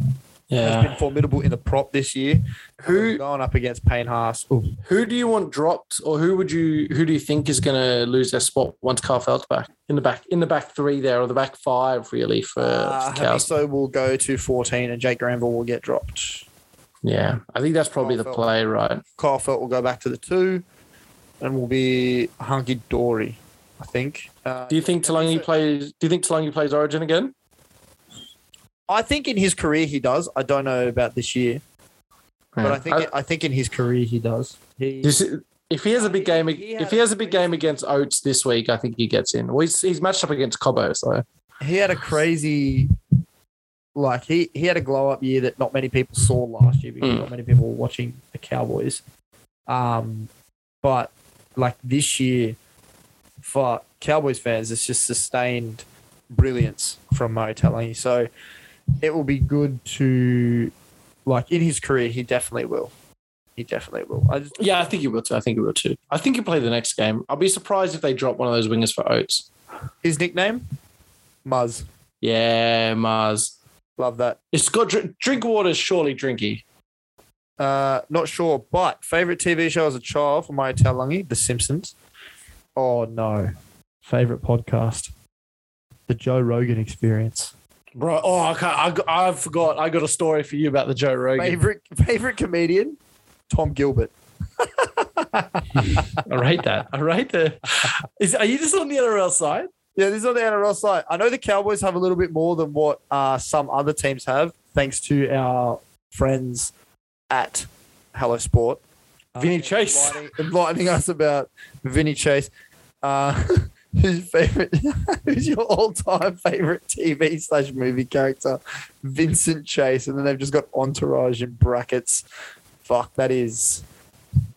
Speaker 5: been
Speaker 2: Yeah.
Speaker 5: formidable in the prop this year.
Speaker 2: Who
Speaker 5: going up against Payne Haas? Ooh.
Speaker 2: Who do you want dropped, or who would you who do you think is going to lose their spot once Carfeld's back in the back in the back three there, or the back five really for,
Speaker 5: Uh,
Speaker 2: for Cows?
Speaker 5: so will go to 14 and Jake Granville will get dropped.
Speaker 2: yeah, I think that's probably the
Speaker 5: Carfeld.
Speaker 2: play, right?
Speaker 5: Kyle Felt will go back to the two and will be hunky dory, I think. Uh,
Speaker 2: Do you think Talangi plays? Do you think Talangi plays Origin again?
Speaker 5: I think in his career he does. I don't know about this year, but
Speaker 2: Yeah.
Speaker 5: I think I, think in his career he does. He,
Speaker 2: this is- if he has a big game,
Speaker 5: He had
Speaker 2: if he has a big game against Oates this week, I think he gets in. Well, he's, he's matched up against Cobo, so
Speaker 5: he had a crazy like he he had a glow up year that not many people saw last year because
Speaker 2: Mm.
Speaker 5: not many people were watching the Cowboys. Um, but like this year, for Cowboys fans, it's just sustained brilliance from Mo Telling. So it will be good to like in his career. He definitely will. He definitely will. I just
Speaker 2: Yeah, I think he will too. I think he will too. I think he'll play the next game. I'll be surprised if they drop one of those wingers for Oates.
Speaker 5: his nickname, Muzz.
Speaker 2: Yeah, Mars.
Speaker 5: Love that.
Speaker 2: It's got drink, drink water, surely drinky.
Speaker 5: Uh, not sure, but favorite TV show as a child for my Talangi, The Simpsons. Oh no, favorite podcast, The Joe Rogan Experience.
Speaker 2: Bro, oh, I, can't, I, got- I forgot. I got a story for you about the Joe Rogan.
Speaker 5: Favorite favorite comedian, Tom Gilbert.
Speaker 2: I rate that. I rate the. Is, are you just on the NRL side?
Speaker 5: Yeah, this is on the NRL side. I know the Cowboys have a little bit more than what uh, some other teams have, thanks to our friends at Hello Sport.
Speaker 2: Vinny Chase.
Speaker 5: enlightening, enlightening us about Vinny Chase. Uh, who's favorite? who's your all-time favorite TV slash movie character? Vincent Chase, and then they've just got Entourage in brackets. Fuck, that is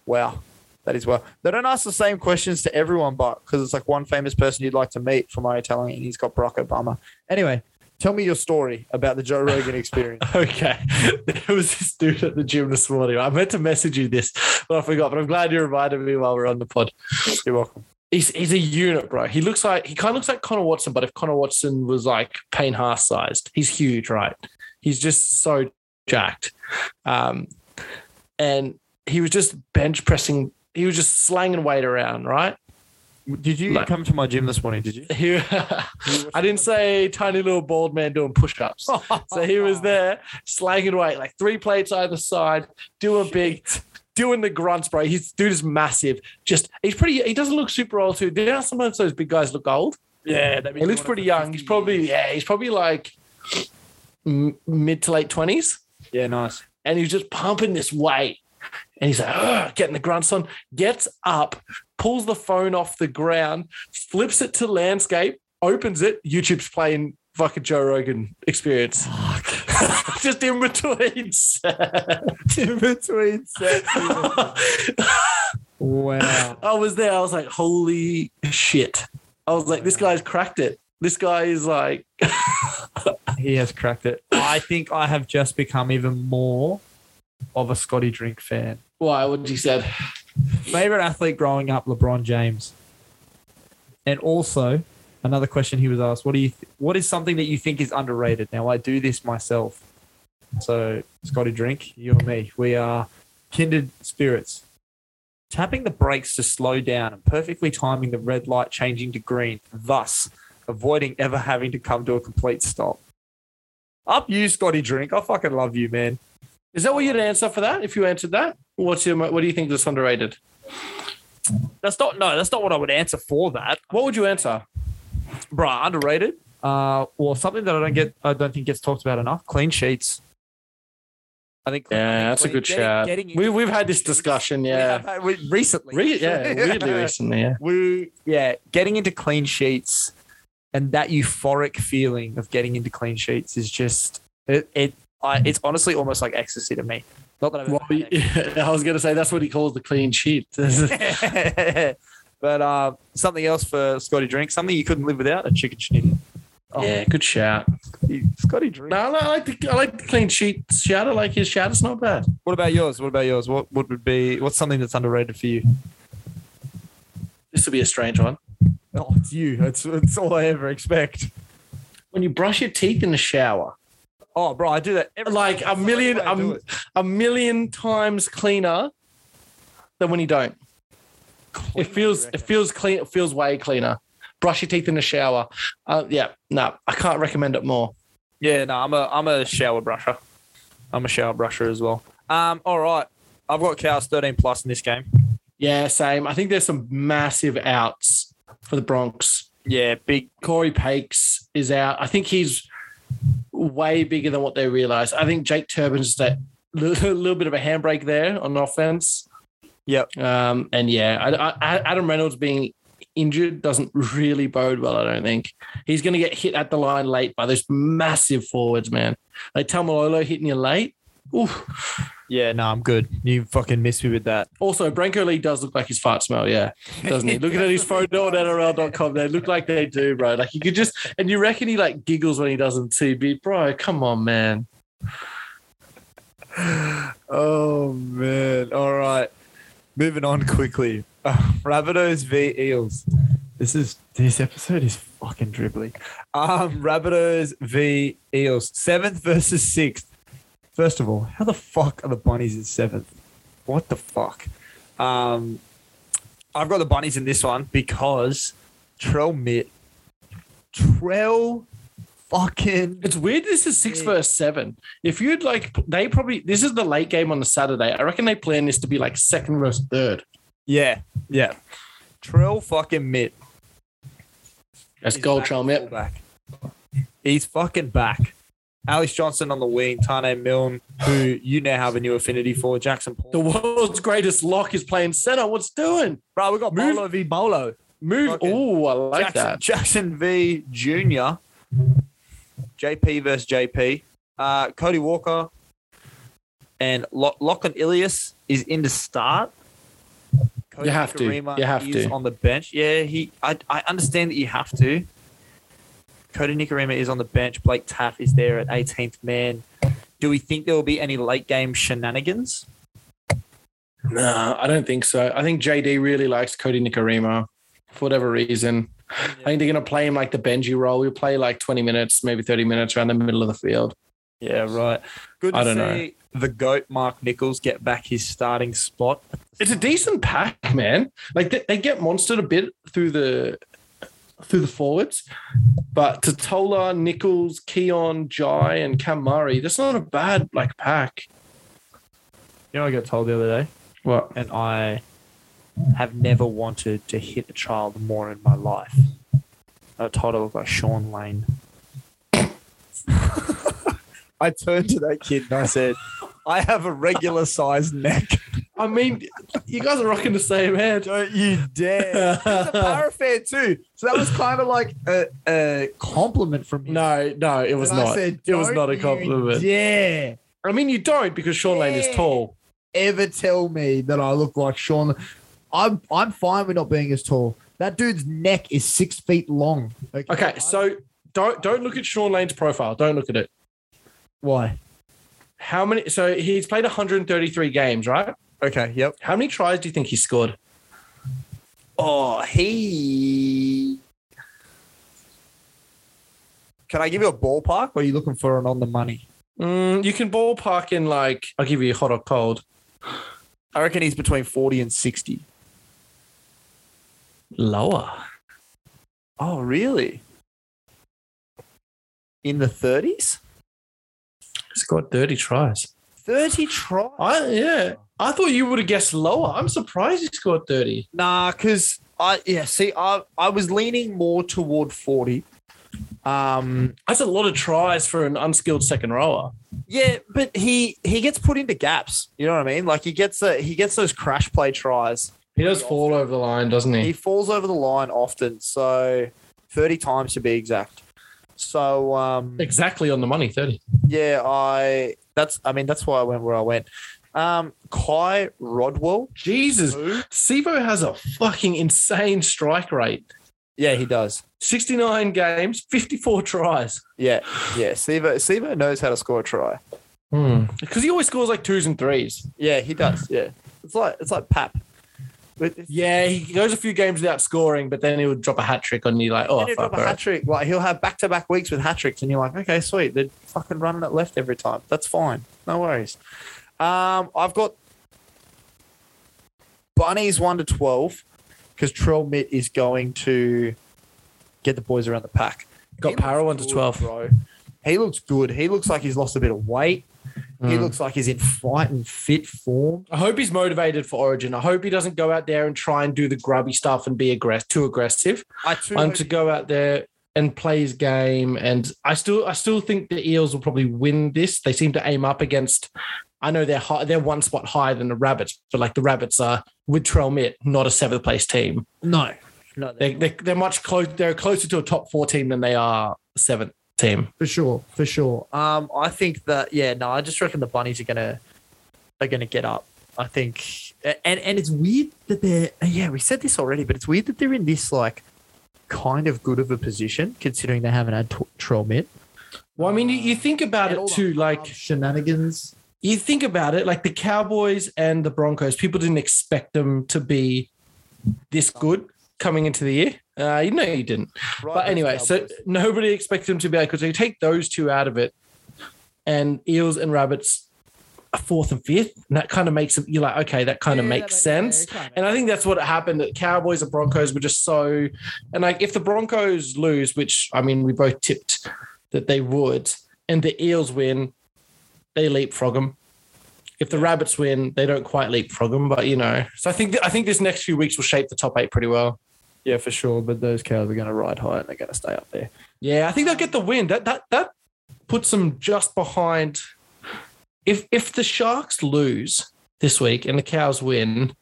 Speaker 5: wow. That is wow. They don't ask the same questions to everyone, but because it's like one famous person you'd like to meet from my telling, and he's got Barack Obama. Anyway, tell me your story about the Joe Rogan experience.
Speaker 2: Okay. There was this dude at the gym this morning. I meant to message you this, but I forgot. But I'm glad you reminded me while we're on the pod.
Speaker 5: You're welcome.
Speaker 2: He's, he's a unit, bro. He looks like he kind of looks like Connor Watson, but if Connor Watson was like Payne Haas sized, he's huge, right? He's just so jacked. Um, and he was just bench pressing. He was just slanging weight around, right?
Speaker 5: Did you
Speaker 2: Like-
Speaker 5: come to my gym this morning? Did you?
Speaker 2: He, I didn't say tiny little bald man doing push ups. so he was there slanging weight, like three plates either side, doing big, doing the grunts, bro. His dude is massive. Just he's pretty. He doesn't look super old too. Do you know how sometimes those big guys look old?
Speaker 5: Yeah, that
Speaker 2: He looks pretty young. He's probably yeah. He's probably like m- mid to late twenties,
Speaker 5: yeah, nice.
Speaker 2: and he's just pumping this weight. And he's like, "Ugh," getting the grunts on, gets up, pulls the phone off the ground, flips it to landscape, opens it. YouTube's playing fucking Joe Rogan experience. Just in between.
Speaker 5: in between sets. Wow.
Speaker 2: I was there. I was like, holy shit. I was like, this guy's cracked it. This guy is like,
Speaker 7: He has cracked it. I think I have just become even more of a Scotty Drink fan.
Speaker 2: why? What did he said?
Speaker 7: Favorite athlete growing up, LeBron James. And also, another question he was asked: What do you? Th- what is something that you think is underrated? Now I do this myself. So Scotty Drink, you and me, we are kindred spirits.
Speaker 5: Tapping the brakes to slow down and perfectly timing the red light changing to green, thus avoiding ever having to come to a complete stop. Up you, Scotty Drink. I fucking love you, man.
Speaker 2: Is that what you'd answer for that? If you answered that, what's your, what do you think that's underrated?
Speaker 5: That's not no, that's not what I would answer for that.
Speaker 2: What would you answer?
Speaker 5: Bruh, underrated.
Speaker 7: Uh, or something that I don't get, I don't think gets talked about enough.
Speaker 5: Clean sheets. I think clean-
Speaker 2: Yeah, that's a good
Speaker 5: getting-
Speaker 2: shout.
Speaker 5: getting in-
Speaker 2: We, we've had this discussion.
Speaker 5: we
Speaker 2: Yeah.
Speaker 5: have had- we- recently.
Speaker 2: Re- yeah. Weirdly recently. Yeah.
Speaker 5: we yeah getting into clean sheets and that euphoric feeling of getting into clean sheets is just it, it I, it's honestly almost like ecstasy to me not that I've ever
Speaker 2: Well,
Speaker 5: had
Speaker 2: I was going to say that's what he calls the clean sheet.
Speaker 5: ecstasy. but uh, something else for Scotty drink something you couldn't live without a chicken schnitzel Oh,
Speaker 2: yeah, Oh, good shout.
Speaker 5: Scotty drink
Speaker 2: No, I like- I like the I like the clean sheet shout. I like his shout. It's not bad.
Speaker 5: what about yours what about yours what, what would be what's something that's underrated for you
Speaker 2: This will be a strange one.
Speaker 5: oh it's you it's, it's all I ever expect
Speaker 2: When you brush your teeth in the shower,
Speaker 5: oh bro I do that every
Speaker 2: like a million,
Speaker 5: I do
Speaker 2: a,
Speaker 5: it.
Speaker 2: a million times cleaner than when you don't. it feels it feels clean. It feels way cleaner. Brush your teeth in the shower. Uh, yeah, no, I can't recommend it more.
Speaker 5: Yeah, no, I'm a I'm a shower brusher. I'm a shower brusher as well. Um, all right, I've got cows 13 plus in this game.
Speaker 2: Yeah, same. I think there's some massive outs for the Bronx.
Speaker 5: Yeah, big.
Speaker 2: Corey Pakes is out. I think he's way bigger than what they realize. I think Jake Turbin's that little, little bit of a handbrake there on offense.
Speaker 5: Yep.
Speaker 2: Um, and yeah, I, I, Adam Reynolds being injured doesn't really bode well, I don't think. He's going to get hit at the line late by those massive forwards, man. Like Tamalolo hitting you late. Oof.
Speaker 5: Yeah, no, I'm good. You fucking missed me with that.
Speaker 2: Also, Branko Lee does look like his fart smell, yeah, doesn't he? Looking at his photo on NRL.com, they look like they do, bro. Like you could just, and you reckon he like giggles when he doesn't see, but bro, come on, man.
Speaker 5: Oh man! All right, moving on quickly. Uh, Rabbitohs v Eels. This is this episode is fucking dribbly. Um, Rabbitohs v Eels. Seventh versus sixth. First of all, how the fuck are the bunnies in seventh? What the fuck? Um, I've got the bunnies in this one because Trell Mitt, Trell fucking
Speaker 2: It's weird. This is six versus seven. If you'd like, they probably this is the late game on the Saturday. I reckon they plan this to be like second versus third.
Speaker 5: yeah yeah, Trell fucking Mitt.
Speaker 2: That's
Speaker 5: He's
Speaker 2: goal
Speaker 5: back
Speaker 2: trial,
Speaker 5: at
Speaker 2: mate.
Speaker 5: fullback. He's fucking back. Alex Johnson on the wing, Tane Milne, who you now have a new affinity for, Jackson
Speaker 2: The
Speaker 5: Paul.
Speaker 2: world's greatest lock is playing center. What's doing?
Speaker 5: Bro, we got
Speaker 2: Move-
Speaker 5: Bolo v Bolo.
Speaker 2: Move.
Speaker 5: Fucking
Speaker 2: Oh, I like
Speaker 5: Jackson,
Speaker 2: that.
Speaker 5: Jackson v Junior. JP versus JP. Uh, Cody Walker and Lock Lachlan Ilias is in the start. Cody
Speaker 2: You have to.
Speaker 5: Nikarima
Speaker 2: You have
Speaker 5: is
Speaker 2: to.
Speaker 5: on the bench. Yeah, he. I, I understand that you have to. Cody Nikarima is on the bench. Blake Taff is there at 18th man. Do we think there will be any late game shenanigans?
Speaker 2: No, I don't think so. I think JD really likes Cody Nikarima for whatever reason. I think they're going to play him like the Benji role. We play like 20 minutes, maybe 30 minutes around the middle of the field.
Speaker 5: Yeah, right. Good to
Speaker 2: I don't know.
Speaker 5: see the goat Mark Nichols get back his starting spot.
Speaker 2: It's a decent pack, man. Like they, they get monstered a bit through the through the forwards, but Totola, Nichols, Keon, Jai, and Cam Murray, that's not a bad like pack.
Speaker 5: You know, I got told the other day.
Speaker 2: What?
Speaker 5: and I have never wanted to hit a child more in my life. I told her looked like Sean Lane. I turned to that kid and I said, I have a regular sized neck.
Speaker 2: I mean, you guys are rocking the same head.
Speaker 5: Don't you dare. He was a paraffin too. So that was kind of like a, a compliment from me.
Speaker 2: No, no, it was not. it was not a compliment.
Speaker 5: Yeah.
Speaker 2: I mean, you don't because Sean Lane is
Speaker 5: Yeah.
Speaker 2: tall.
Speaker 5: ever tell me that I look like Sean. I'm I'm fine with not being as tall. That dude's neck is six feet long.
Speaker 2: Okay, so don't don't look at Sean Lane's profile. Don't look at it.
Speaker 5: why?
Speaker 2: How many? So he's played 133 games, right?
Speaker 5: Okay, yep.
Speaker 2: How many tries do you think he scored?
Speaker 5: Oh, he. Can I give you a ballpark? Or are you looking for an on the money?
Speaker 2: Mm, you can ballpark in like I'll give you hot or cold.
Speaker 5: I reckon he's between forty and sixty.
Speaker 2: Lower.
Speaker 5: Oh, really? In the thirties?
Speaker 2: Scored 30 tries.
Speaker 5: Thirty tries.
Speaker 2: I yeah. I thought you would have guessed lower. I'm surprised he scored 30.
Speaker 5: Nah, because I yeah. See, I I was leaning more toward forty. Um.
Speaker 2: That's a lot of tries for an unskilled second rower.
Speaker 5: Yeah, but he he gets put into gaps. You know what I mean? Like he gets a, he gets those crash play tries.
Speaker 2: He does fall over the line, doesn't
Speaker 5: He
Speaker 2: he?
Speaker 5: falls over the line often. So thirty times to be exact. So um.
Speaker 2: Exactly on the money, 30.
Speaker 5: Yeah, I that's I mean that's why I went where I went. Um, Kai Rodwell.
Speaker 2: Jesus. Sivo has a fucking insane strike rate.
Speaker 5: Yeah, he does.
Speaker 2: 69 games, 54 tries.
Speaker 5: Yeah, yeah. Sivo Sivo knows how to score a try.
Speaker 2: Because he always scores like twos and threes.
Speaker 5: Yeah, he does. Yeah, it's like it's like Pap. But it's-
Speaker 2: Yeah, he goes a few games without scoring, but then he'll drop a hat trick on you like, oh,
Speaker 5: And he'll
Speaker 2: fuck,
Speaker 5: drop a
Speaker 2: all
Speaker 5: hat
Speaker 2: right.
Speaker 5: trick. Like he'll have back to back weeks with hat tricks, and you're like, okay, sweet. They're fucking running it left every time. That's fine. No worries. Um, I've got bunnies one to twelve because Trell Mitt is going to get the boys around the pack.
Speaker 2: Got Para 1 to
Speaker 5: Good,
Speaker 2: 12.
Speaker 5: bro. He looks good. He looks like he's lost a bit of weight. He
Speaker 2: Hmm.
Speaker 5: looks like he's in fight and fit form.
Speaker 2: I hope he's motivated for Origin. I hope he doesn't go out there and try and do the grubby stuff and be aggress- too aggressive.
Speaker 5: I too
Speaker 2: And to go out there and play his game. And I still, I still think the Eels will probably win this. They seem to aim up against. I know they're high, they're one spot higher than the Rabbits, but like the Rabbits are with Trell Mitt, not a seventh place team.
Speaker 5: No,
Speaker 8: No,
Speaker 2: They, they, they're much close. They're closer to a top four team than they are a seventh team.
Speaker 8: for sure, for sure. Um, I think that yeah, no, I just reckon the bunnies are gonna are gonna get up. I think, a- and and it's weird that they're yeah, we said this already, but it's weird that they're in this like kind of good of a position considering they haven't had t- trial mid.
Speaker 2: Well, I mean, you, you think about
Speaker 8: And all
Speaker 2: it
Speaker 8: the
Speaker 2: too. Like
Speaker 5: shenanigans.
Speaker 2: you think about it, like the Cowboys and the Broncos, people didn't expect them to be this good coming into the year. Uh, you know, you didn't. but anyway, so nobody expected them to be because you take those two out of it, and eels and rabbits are fourth and fifth, and that kind of makes it. You're like, okay, that kind of makes sense. and I think that's what happened. That Cowboys and Broncos were just so, and like if the Broncos lose, which I mean we both tipped that they would, and the eels win, they leapfrog them. If the rabbits win, they don't quite leapfrog them, but you know. So I think I think this next few weeks will shape the top eight pretty well.
Speaker 5: Yeah, for sure. But those cows are going to ride high and they're going to stay up there.
Speaker 2: Yeah, I think they'll get the win. That that that puts them just behind. If if the Sharks lose this week and the Cows win,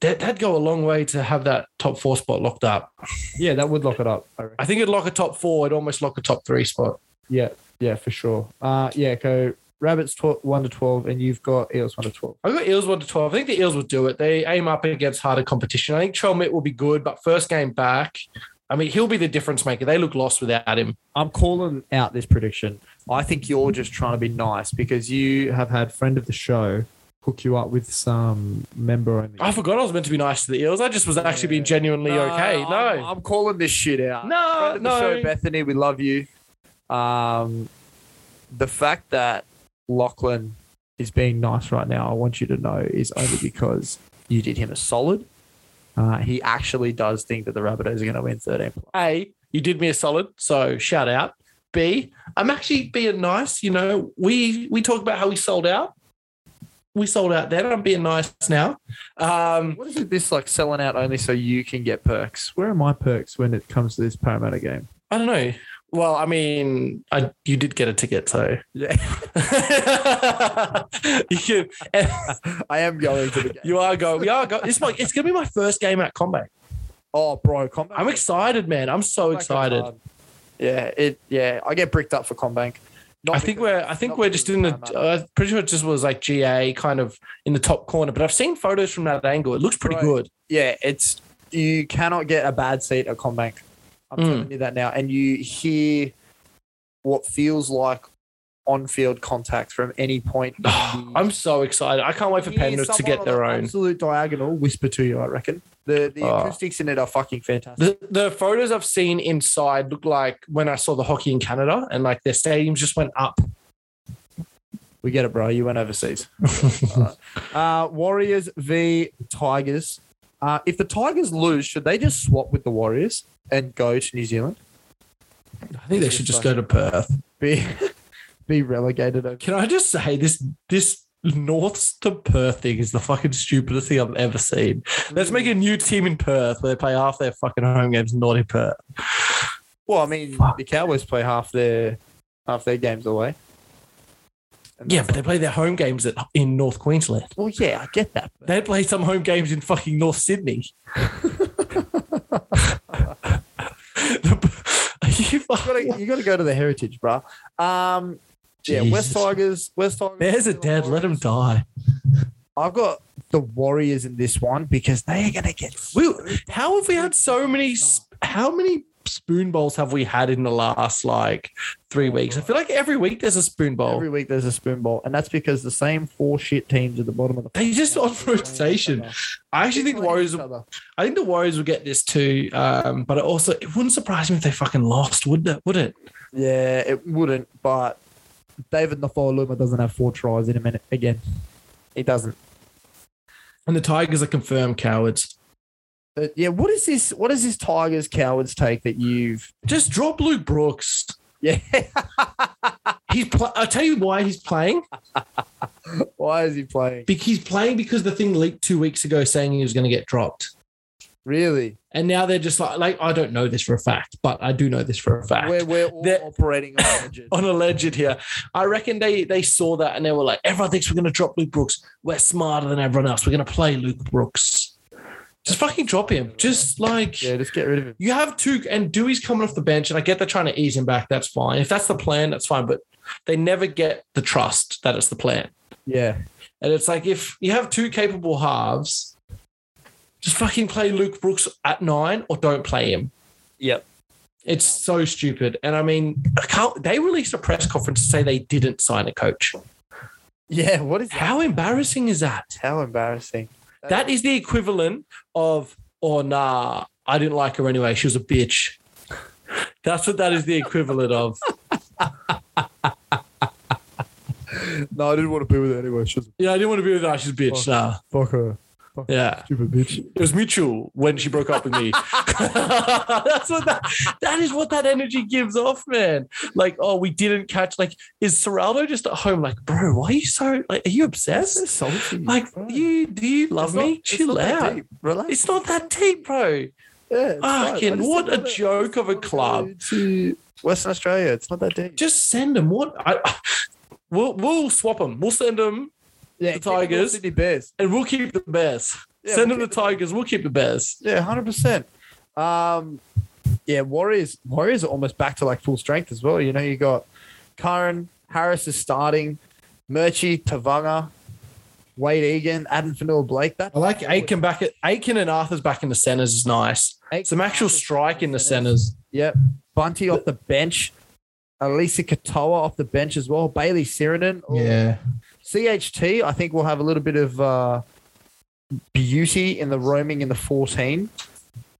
Speaker 2: that that'd go a long way to have that top four spot locked up.
Speaker 5: Yeah, that would lock it up. I reckon.
Speaker 2: I think it'd lock a top four. It'd almost lock a top three spot.
Speaker 5: Yeah, yeah, for sure. Uh, yeah, go rabbits tw- one to twelve, and you've got eels one to twelve.
Speaker 2: I've got Eels one to twelve. I think the Eels will do it. They aim up against harder competition. I think Chelmit will be good, but first game back. I mean, he'll be the difference maker. They look lost without him.
Speaker 5: I'm calling out this prediction. I think you're just trying to be nice because you have had friend of the show hook you up with some member only.
Speaker 2: I forgot I was meant to be nice to the Eels. I just was actually being genuinely okay. No,
Speaker 8: I'm, I'm calling this shit out.
Speaker 2: No,
Speaker 8: Friend of the
Speaker 2: no.
Speaker 8: show, Bethany, we love you. Um,
Speaker 5: the fact that Lachlan is being nice right now, I want you to know, is only because you did him a solid. Uh, he actually does think that the Rabbitohs are going to win 13 plus.
Speaker 2: A, you did me a solid, so shout out. B, I'm actually being nice. You know, we we talk about how we sold out. We sold out then. I'm being nice now. Um,
Speaker 5: What is it, this like selling out only so you can get perks? Where are my perks when it comes to this Parramatta game?
Speaker 2: I don't know. Well, I mean, I, you did get a ticket, so
Speaker 5: Yeah.
Speaker 2: you can,
Speaker 5: I am going to the game.
Speaker 2: you are going. We are going. It's my. It's gonna be my first game at combat.
Speaker 5: Oh, bro, combat.
Speaker 2: I'm excited, man. I'm
Speaker 5: Oh
Speaker 2: so excited.
Speaker 5: Yeah, it. Yeah, I get bricked up for Combank.
Speaker 2: I think we're I think we're just in the uh, pretty sure it just was like GA kind of in the top corner, but I've seen photos from that angle. It looks pretty
Speaker 5: Right.
Speaker 2: good.
Speaker 5: yeah, it's you cannot get a bad seat at Combank. I'm
Speaker 2: Mm.
Speaker 5: telling you that now. And you hear what feels like on-field contact from any point. in the-
Speaker 2: I'm so excited. I can't wait for
Speaker 5: You hear
Speaker 2: Penrith to
Speaker 5: Mm. someone
Speaker 2: get
Speaker 5: on
Speaker 2: their
Speaker 5: an
Speaker 2: own.
Speaker 5: absolute diagonal whisper to you. I reckon the the
Speaker 2: Oh.
Speaker 5: acoustics in it are fucking fantastic.
Speaker 2: The, the photos I've seen inside look like when I saw the hockey in Canada and like their stadiums just went up.
Speaker 5: We get it, bro. You went overseas. uh, Warriors v Tigers. Uh, if the Tigers lose, should they just swap with the Warriors and go to New Zealand?
Speaker 2: I think they should just go to Perth.
Speaker 5: Be be relegated. Over-
Speaker 2: Can I just say this this Norths to Perth thing is the fucking stupidest thing I've ever seen. Let's
Speaker 5: Mm.
Speaker 2: make a new team in Perth where they play half their fucking home games not in Perth.
Speaker 5: well, I mean,
Speaker 2: Fuck.
Speaker 5: the Cowboys play half their half their games away. And
Speaker 2: Yeah,
Speaker 5: that's-
Speaker 2: but they play their home games at, in North Queensland.
Speaker 5: well, yeah, I get that. but-
Speaker 2: They play some home games in fucking North Sydney. Are you
Speaker 5: You
Speaker 2: fucking-
Speaker 5: gotta, you gotta go to the heritage, bro. Um, yeah, West
Speaker 2: Jesus.
Speaker 5: Tigers. West Tigers.
Speaker 2: There's a dead. Let him die.
Speaker 5: I've got the Warriors in this one because they are gonna get
Speaker 2: We, how have we had so many? sp- How many spoon bowls have we had in the last like three weeks? I feel like every week there's a spoon bowl.
Speaker 5: Every week there's a spoon bowl, and that's because the same four shit teams at the bottom of the.
Speaker 2: They just on rotation. I actually think the Warriors.
Speaker 5: Each other.
Speaker 2: I think the Warriors will get this too. Um, but it also it wouldn't surprise me if they fucking lost, would it? Would it?
Speaker 5: Yeah, it wouldn't, but David Nafaluma doesn't have four tries in a minute again. He doesn't.
Speaker 2: And the Tigers are confirmed cowards.
Speaker 5: But yeah, what is this? What is this Tigers cowards take that you've?
Speaker 2: Just drop Luke Brooks.
Speaker 5: Yeah,
Speaker 2: He's. Pl- I'll tell you why he's playing.
Speaker 5: why is he playing?
Speaker 2: Be- He's playing because the thing leaked two weeks ago saying he was going to get dropped,
Speaker 5: Really?
Speaker 2: and now they're just like, like I don't know this for a fact, but I do know this for a fact.
Speaker 5: We're we're all
Speaker 2: They're- Oh,
Speaker 5: operating on legend.
Speaker 2: on a legend here. I reckon they they saw that and they were like, everyone thinks we're going to drop Luke Brooks. We're smarter than everyone else. We're going to play Luke Brooks. Just fucking drop him. Just like
Speaker 5: Yeah, just get rid of him.
Speaker 2: you have two, and Dewey's coming off the bench, and I get they're trying to ease him back. That's fine. If that's the plan, that's fine. But they never get the trust that it's the plan.
Speaker 5: Yeah.
Speaker 2: And it's like if you have two capable halves, just fucking play Luke Brooks at nine or don't play him.
Speaker 9: Yep.
Speaker 2: It's so stupid. And I mean, I can't, they released a press conference to say they didn't sign a coach.
Speaker 5: Yeah. What is
Speaker 2: How embarrassing is that?
Speaker 9: How embarrassing.
Speaker 2: That is the equivalent of, oh, nah, I didn't like her anyway. She was a bitch. That's what that is the equivalent of.
Speaker 5: No, I didn't want to be with her anyway. She's
Speaker 2: Yeah, I didn't want to be with her. She's a bitch. Nah.
Speaker 5: fuck her.
Speaker 2: Yeah.
Speaker 5: Stupid bitch.
Speaker 2: It was mutual when she broke up with me. That's what that, that is what that energy gives off, man. Like, oh, we didn't catch. Like, is Serraldo just at home? Like, bro, why are you so? Like, are you obsessed?
Speaker 5: salty.
Speaker 2: Like, you do you love me? Chill out.
Speaker 5: Relax.
Speaker 2: It's not that deep, bro.
Speaker 5: Yeah, it's fine. I
Speaker 2: Fucking
Speaker 5: just
Speaker 2: what a
Speaker 5: don't wanna-
Speaker 2: joke of a club.
Speaker 5: To Western Australia, it's not that deep.
Speaker 2: Just send them. What? I, we'll we'll swap them. We'll send them,
Speaker 5: Yeah,
Speaker 2: the Tigers.
Speaker 5: Sydney Bears.
Speaker 2: and we'll keep the Bears.
Speaker 5: Yeah,
Speaker 2: send
Speaker 5: we'll
Speaker 2: them the Tigers. We'll keep the Bears.
Speaker 5: Yeah, hundred percent. Um, yeah, Warriors. Warriors are almost back to like full strength as well. You know, you got Curran, Harris is starting, Murchie, Tavanga, Wade Egan, Adam Fanua Blake. That
Speaker 2: I like Aiken back at Aiken and Arthur's back in the centers is nice. Some actual strike in the centers.
Speaker 5: Yep, Bunty off the bench, Elisa Katoa off the bench as well. Bailey Sirinen.
Speaker 2: Oh.
Speaker 5: CHT, I think we'll have a little bit of uh, beauty in the roaming in the 14.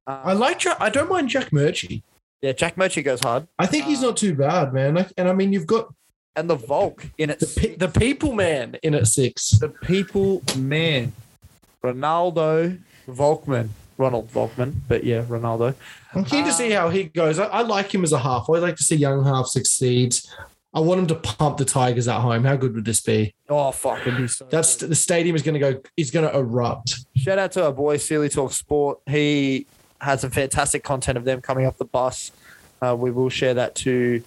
Speaker 2: I like. Ja- I don't mind Jack Murchie.
Speaker 5: Yeah, Jack Murchie goes hard.
Speaker 10: I think
Speaker 2: Ah.
Speaker 10: he's not too bad, man. Like, and I mean, you've got
Speaker 5: And the Volk in
Speaker 2: The
Speaker 5: its
Speaker 2: pe- the people man in at six.
Speaker 5: the people man. Ronaldo Volkman. Ronald Volkman, but yeah, Ronaldo.
Speaker 10: I'm
Speaker 2: Keen to see how he goes. I, I like him as a half. I like to see young half succeeds. I want him to pump the Tigers at home. How good would this be?
Speaker 5: Oh fuck, it'd be so
Speaker 2: That's the stadium is going to go. Is going to erupt.
Speaker 5: shout out to our boy Sealy Talk Sport. He has some fantastic content of them coming off the bus. Uh, we will share that to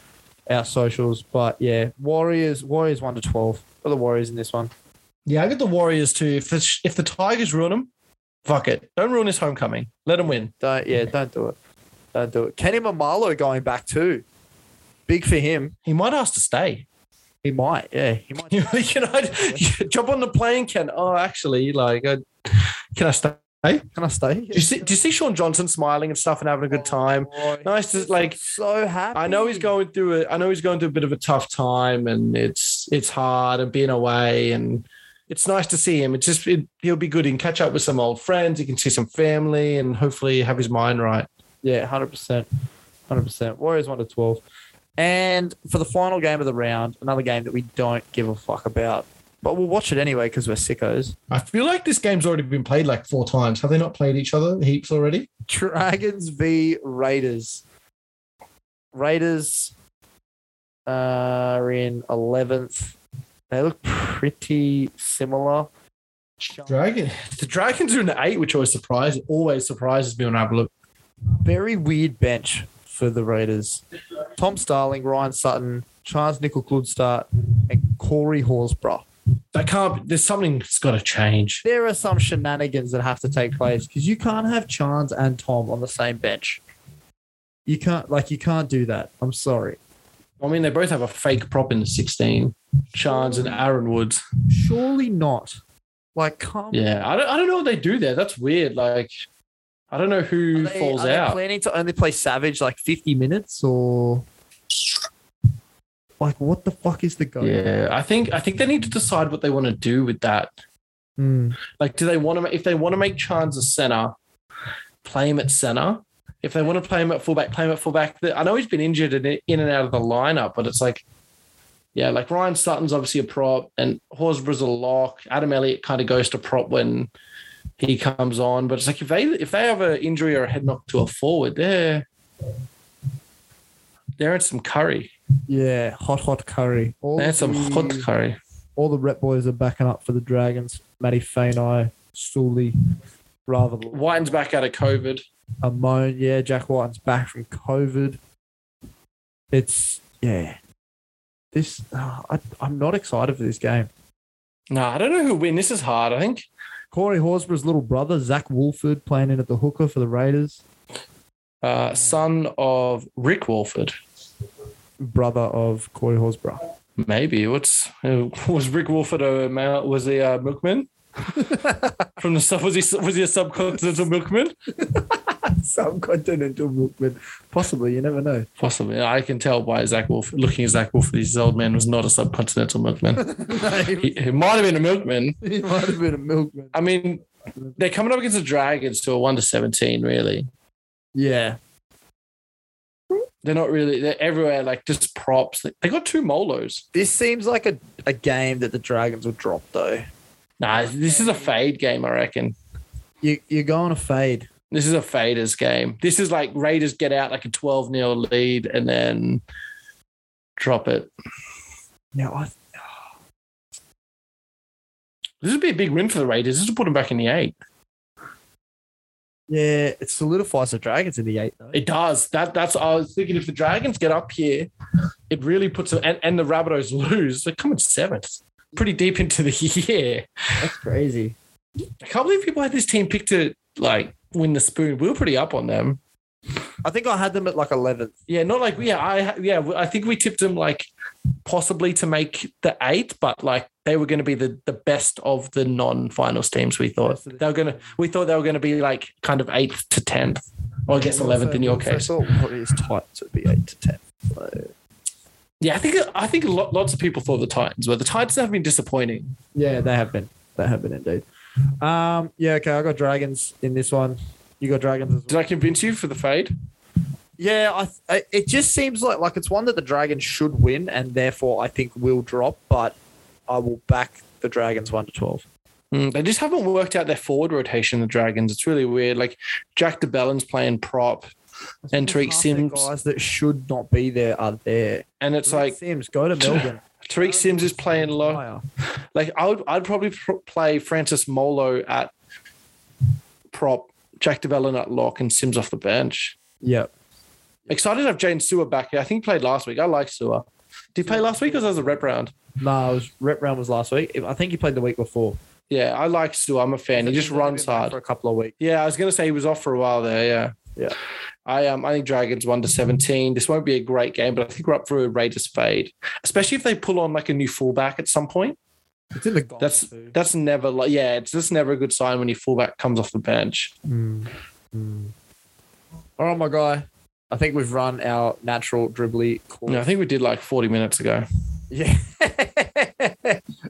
Speaker 5: our socials. But yeah, Warriors, Warriors one to twelve. For the Warriors in this one.
Speaker 2: Yeah, I got the Warriors too. If the if the Tigers ruin them, fuck it. Don't ruin his homecoming. Let him win.
Speaker 5: Don't yeah, don't do it. Don't do it. Kenny Mamalo going back too. Big for him.
Speaker 2: He might ask to stay.
Speaker 5: He might, yeah. He might.
Speaker 2: you know, jump on the plane, Ken. Oh, actually, like, uh, can I stay?
Speaker 5: Can I stay?
Speaker 2: Do you, see, do you see Sean Johnson smiling and stuff and having a good time? Nice to like.
Speaker 5: Oh, so happy.
Speaker 2: I know he's going through it. I know he's going through a bit of a tough time, and it's it's hard and being away, and it's nice to see him. It's just it, he'll be good. He can catch up with some old friends. He can see some family, and hopefully have his mind right.
Speaker 5: Yeah, hundred percent, hundred percent. Warriors one to twelve, and for the final game of the round, another game that we don't give a fuck about, but we'll watch it anyway because we're sickos.
Speaker 10: I feel like this game's already been played like four times. Have they not played each other heaps already?
Speaker 5: Dragons v Raiders. Raiders uh, are in eleventh. They look pretty similar.
Speaker 10: Dragon.
Speaker 2: The Dragons are in the eight, which always surprises always surprises me when I have a look.
Speaker 5: very weird bench for the Raiders. Tom Starling, Ryan Sutton, Charles Nickel Gludstart, and Corey Horsburgh.
Speaker 2: That can't. There's something that's got to change.
Speaker 5: There are some shenanigans that have to take place because you can't have Chance and Tom on the same bench. You can't like you can't do that. I'm sorry.
Speaker 2: I mean, they both have a fake prop in the 16. Shans and Aaron Woods.
Speaker 5: Surely not. Like come
Speaker 2: Yeah, I don't, I don't know what they do there. That's weird. Like, I don't know
Speaker 5: Are
Speaker 2: who
Speaker 5: they-
Speaker 2: falls
Speaker 5: are they
Speaker 2: out.
Speaker 5: planning to only play Savage like 50 minutes or like what the fuck is the go?
Speaker 2: yeah, I think I think they need to decide what they want to do with that.
Speaker 5: Hmm.
Speaker 2: Like, do they want to if they want to make Chans a center, play him at center. If they want to play him at fullback, play him at fullback. The- I know he's been injured and in in and out of the lineup, but it's like, yeah, like Ryan Sutton's obviously a prop, and Horsburgh's a lock. Adam Elliott kind of goes to prop when he comes on, but it's like if they if they have an injury or a head knock to a forward, they're they're in some curry.
Speaker 5: Yeah, hot hot curry. All
Speaker 2: They're in some
Speaker 5: the-
Speaker 2: hot curry.
Speaker 5: all the rep boys are backing up for the Dragons. Matty Fainai, Sully, rather
Speaker 2: Whiten's back out of COVID.
Speaker 5: Amon. Yeah, Jack Whiten's back from COVID. It's yeah. This uh, I, I'm not excited for this game.
Speaker 2: No, I don't know who win. This is hard. I think
Speaker 7: Corey Horsburgh's little brother, Zach Wolford, playing in at the hooker for the Raiders.
Speaker 2: Uh, son of Rick Walford,
Speaker 7: Brother of Corey Horsburgh.
Speaker 2: maybe. What's uh, was Rick Walford a ma- was he a milkman from the sub? Was he was he a subcontinental milkman?
Speaker 7: Some continental milkman. Possibly, you never know.
Speaker 2: Possibly. I can tell by Zach Wolford. Looking at Zach Wolford, his old man was not a subcontinental milkman. he, he might have been a milkman.
Speaker 7: He might have been a milkman.
Speaker 2: I mean, they're coming up against the Dragons to a one to seventeen. Really,
Speaker 7: Yeah.
Speaker 2: they're not really. They're everywhere. Like just props. They got two molos.
Speaker 5: This seems like a, a game that the Dragons would drop though.
Speaker 2: Nah, this is a fade game. I reckon.
Speaker 7: You, you're going to fade.
Speaker 2: This is a faders game. This is like Raiders get out like a 12 0 lead and then drop it.
Speaker 7: Yeah, I,
Speaker 2: This would be a big win for the Raiders. This would put them back in the eight.
Speaker 7: yeah, it solidifies the Dragons in the eight, though.
Speaker 2: It does. That that's I was thinking. If the Dragons get up here, it really puts them and, and the Rabbitohs lose. They come in seventh, pretty deep into the year.
Speaker 7: That's crazy.
Speaker 2: I can't believe people had this team picked to like win the spoon. We were pretty up on them.
Speaker 5: I think I had them at like 11th.
Speaker 2: Yeah, not like yeah, I yeah, I think we tipped them like possibly to make the eight, but like they were going to be the the best of the non-finals teams. We thought they were gonna. We thought they were going to be like kind of eighth to tenth, or I guess eleventh in your case.
Speaker 5: I thought Warriors Titans would be 8 to 10. So,
Speaker 2: Yeah, I think I think lo- lots of people thought the Titans were. The Titans have been disappointing.
Speaker 7: Yeah, they have been. They have been indeed. Um, yeah, okay, I got Dragons in this one. You got Dragons as well.
Speaker 2: Did I convince you for the fade?
Speaker 5: yeah, I, th- I- it just seems like like it's one that the Dragons should win and therefore I think will drop, but I will back the Dragons 1 to 12.
Speaker 2: Mm, they just haven't worked out their forward rotation. The Dragons. It's really weird. Like Jack DeBellin's playing prop, and Tariq
Speaker 5: Half their
Speaker 2: Sims,
Speaker 5: guys that should not be there are there.
Speaker 2: and it's like
Speaker 7: Sims, go to Melbourne.
Speaker 2: Tariq Sims is playing low.
Speaker 7: Higher.
Speaker 2: Like I would, I'd probably pr- play Francis Molo at prop, Jack DeBellin at lock, and Sims off the bench.
Speaker 7: Yep.
Speaker 2: Excited to have Jane Sewer back here. I think he played last week. I like Sewer. Did he play last week or was that a rep round?
Speaker 7: Nah, it was, rep round was last week. I think he played the week before.
Speaker 2: Yeah, I like Sewer. I'm a fan. He just
Speaker 7: He's only
Speaker 2: runs
Speaker 7: been back
Speaker 2: hard.
Speaker 7: for a couple of weeks.
Speaker 2: Yeah, I was gonna say he was off for a while there. Yeah,
Speaker 7: Yeah.
Speaker 2: I um, I think Dragons one to seventeen. This won't be a great game, but I think we're up for a Raiders fade, especially if they pull on like a new fullback at some point.
Speaker 7: It's in the goal
Speaker 2: That's
Speaker 7: too.
Speaker 2: that's never like yeah, it's just never a good sign when your fullback comes off the bench.
Speaker 7: Hmm.
Speaker 5: All right, my guy. I think we've run our natural dribbly course.
Speaker 2: No, I think we did like forty minutes ago.
Speaker 5: Yeah.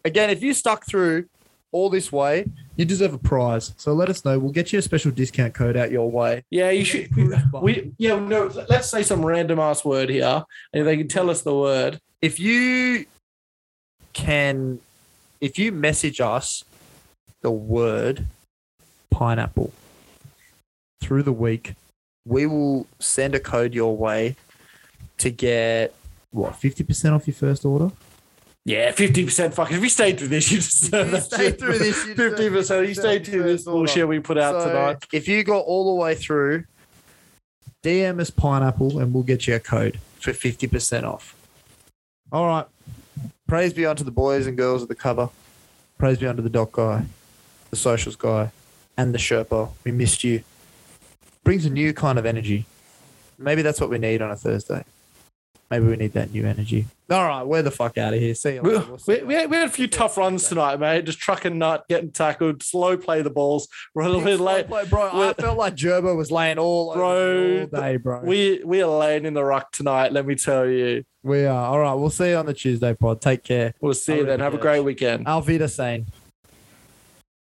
Speaker 5: Again, if you stuck through all this way,
Speaker 7: You deserve a prize. So let us know. We'll get you a special discount code out your way.
Speaker 2: Yeah, you should. We yeah no. Let's say some random ass word here, and if they can tell us the word.
Speaker 5: if you can, if you message us the word
Speaker 7: Pineapple. Through the week,
Speaker 5: we will send a code your way to get
Speaker 7: what, 50% off your first order?
Speaker 2: Yeah, fifty percent. Fuck, if you stayed through this, you deserve that.
Speaker 5: stayed through this, you deserve
Speaker 2: fifty percent. You stayed through this bullshit we put out
Speaker 5: So,
Speaker 2: tonight.
Speaker 5: If you got all the way through
Speaker 7: DM us Pineapple and we'll get you a code.
Speaker 5: for 50% off,
Speaker 7: All right.
Speaker 5: praise be unto the boys and girls of the cover,
Speaker 7: Praise be unto the doc guy.
Speaker 5: the socials guy, and the Sherpa. We missed you. Brings a new kind of energy. Maybe that's what we need on a Thursday. Maybe we need that new energy. All right, we're the fuck out of here. See you
Speaker 2: We,
Speaker 5: later. We'll see
Speaker 2: we, we, had, we had a few tough runs tonight, mate. Just trucking nut, getting tackled, slow play the balls. We're a little bit late.
Speaker 5: Bro, bro, I
Speaker 2: We're-
Speaker 5: felt like Gerbo was laying all over
Speaker 2: Bro,
Speaker 5: me all day, bro.
Speaker 2: We we are laying in the ruck tonight. Let me tell you.
Speaker 7: We are. All right. We'll see you on the Tuesday pod. Take care.
Speaker 2: We'll see you then. Have a great weekend.
Speaker 7: Auf Wiedersehen.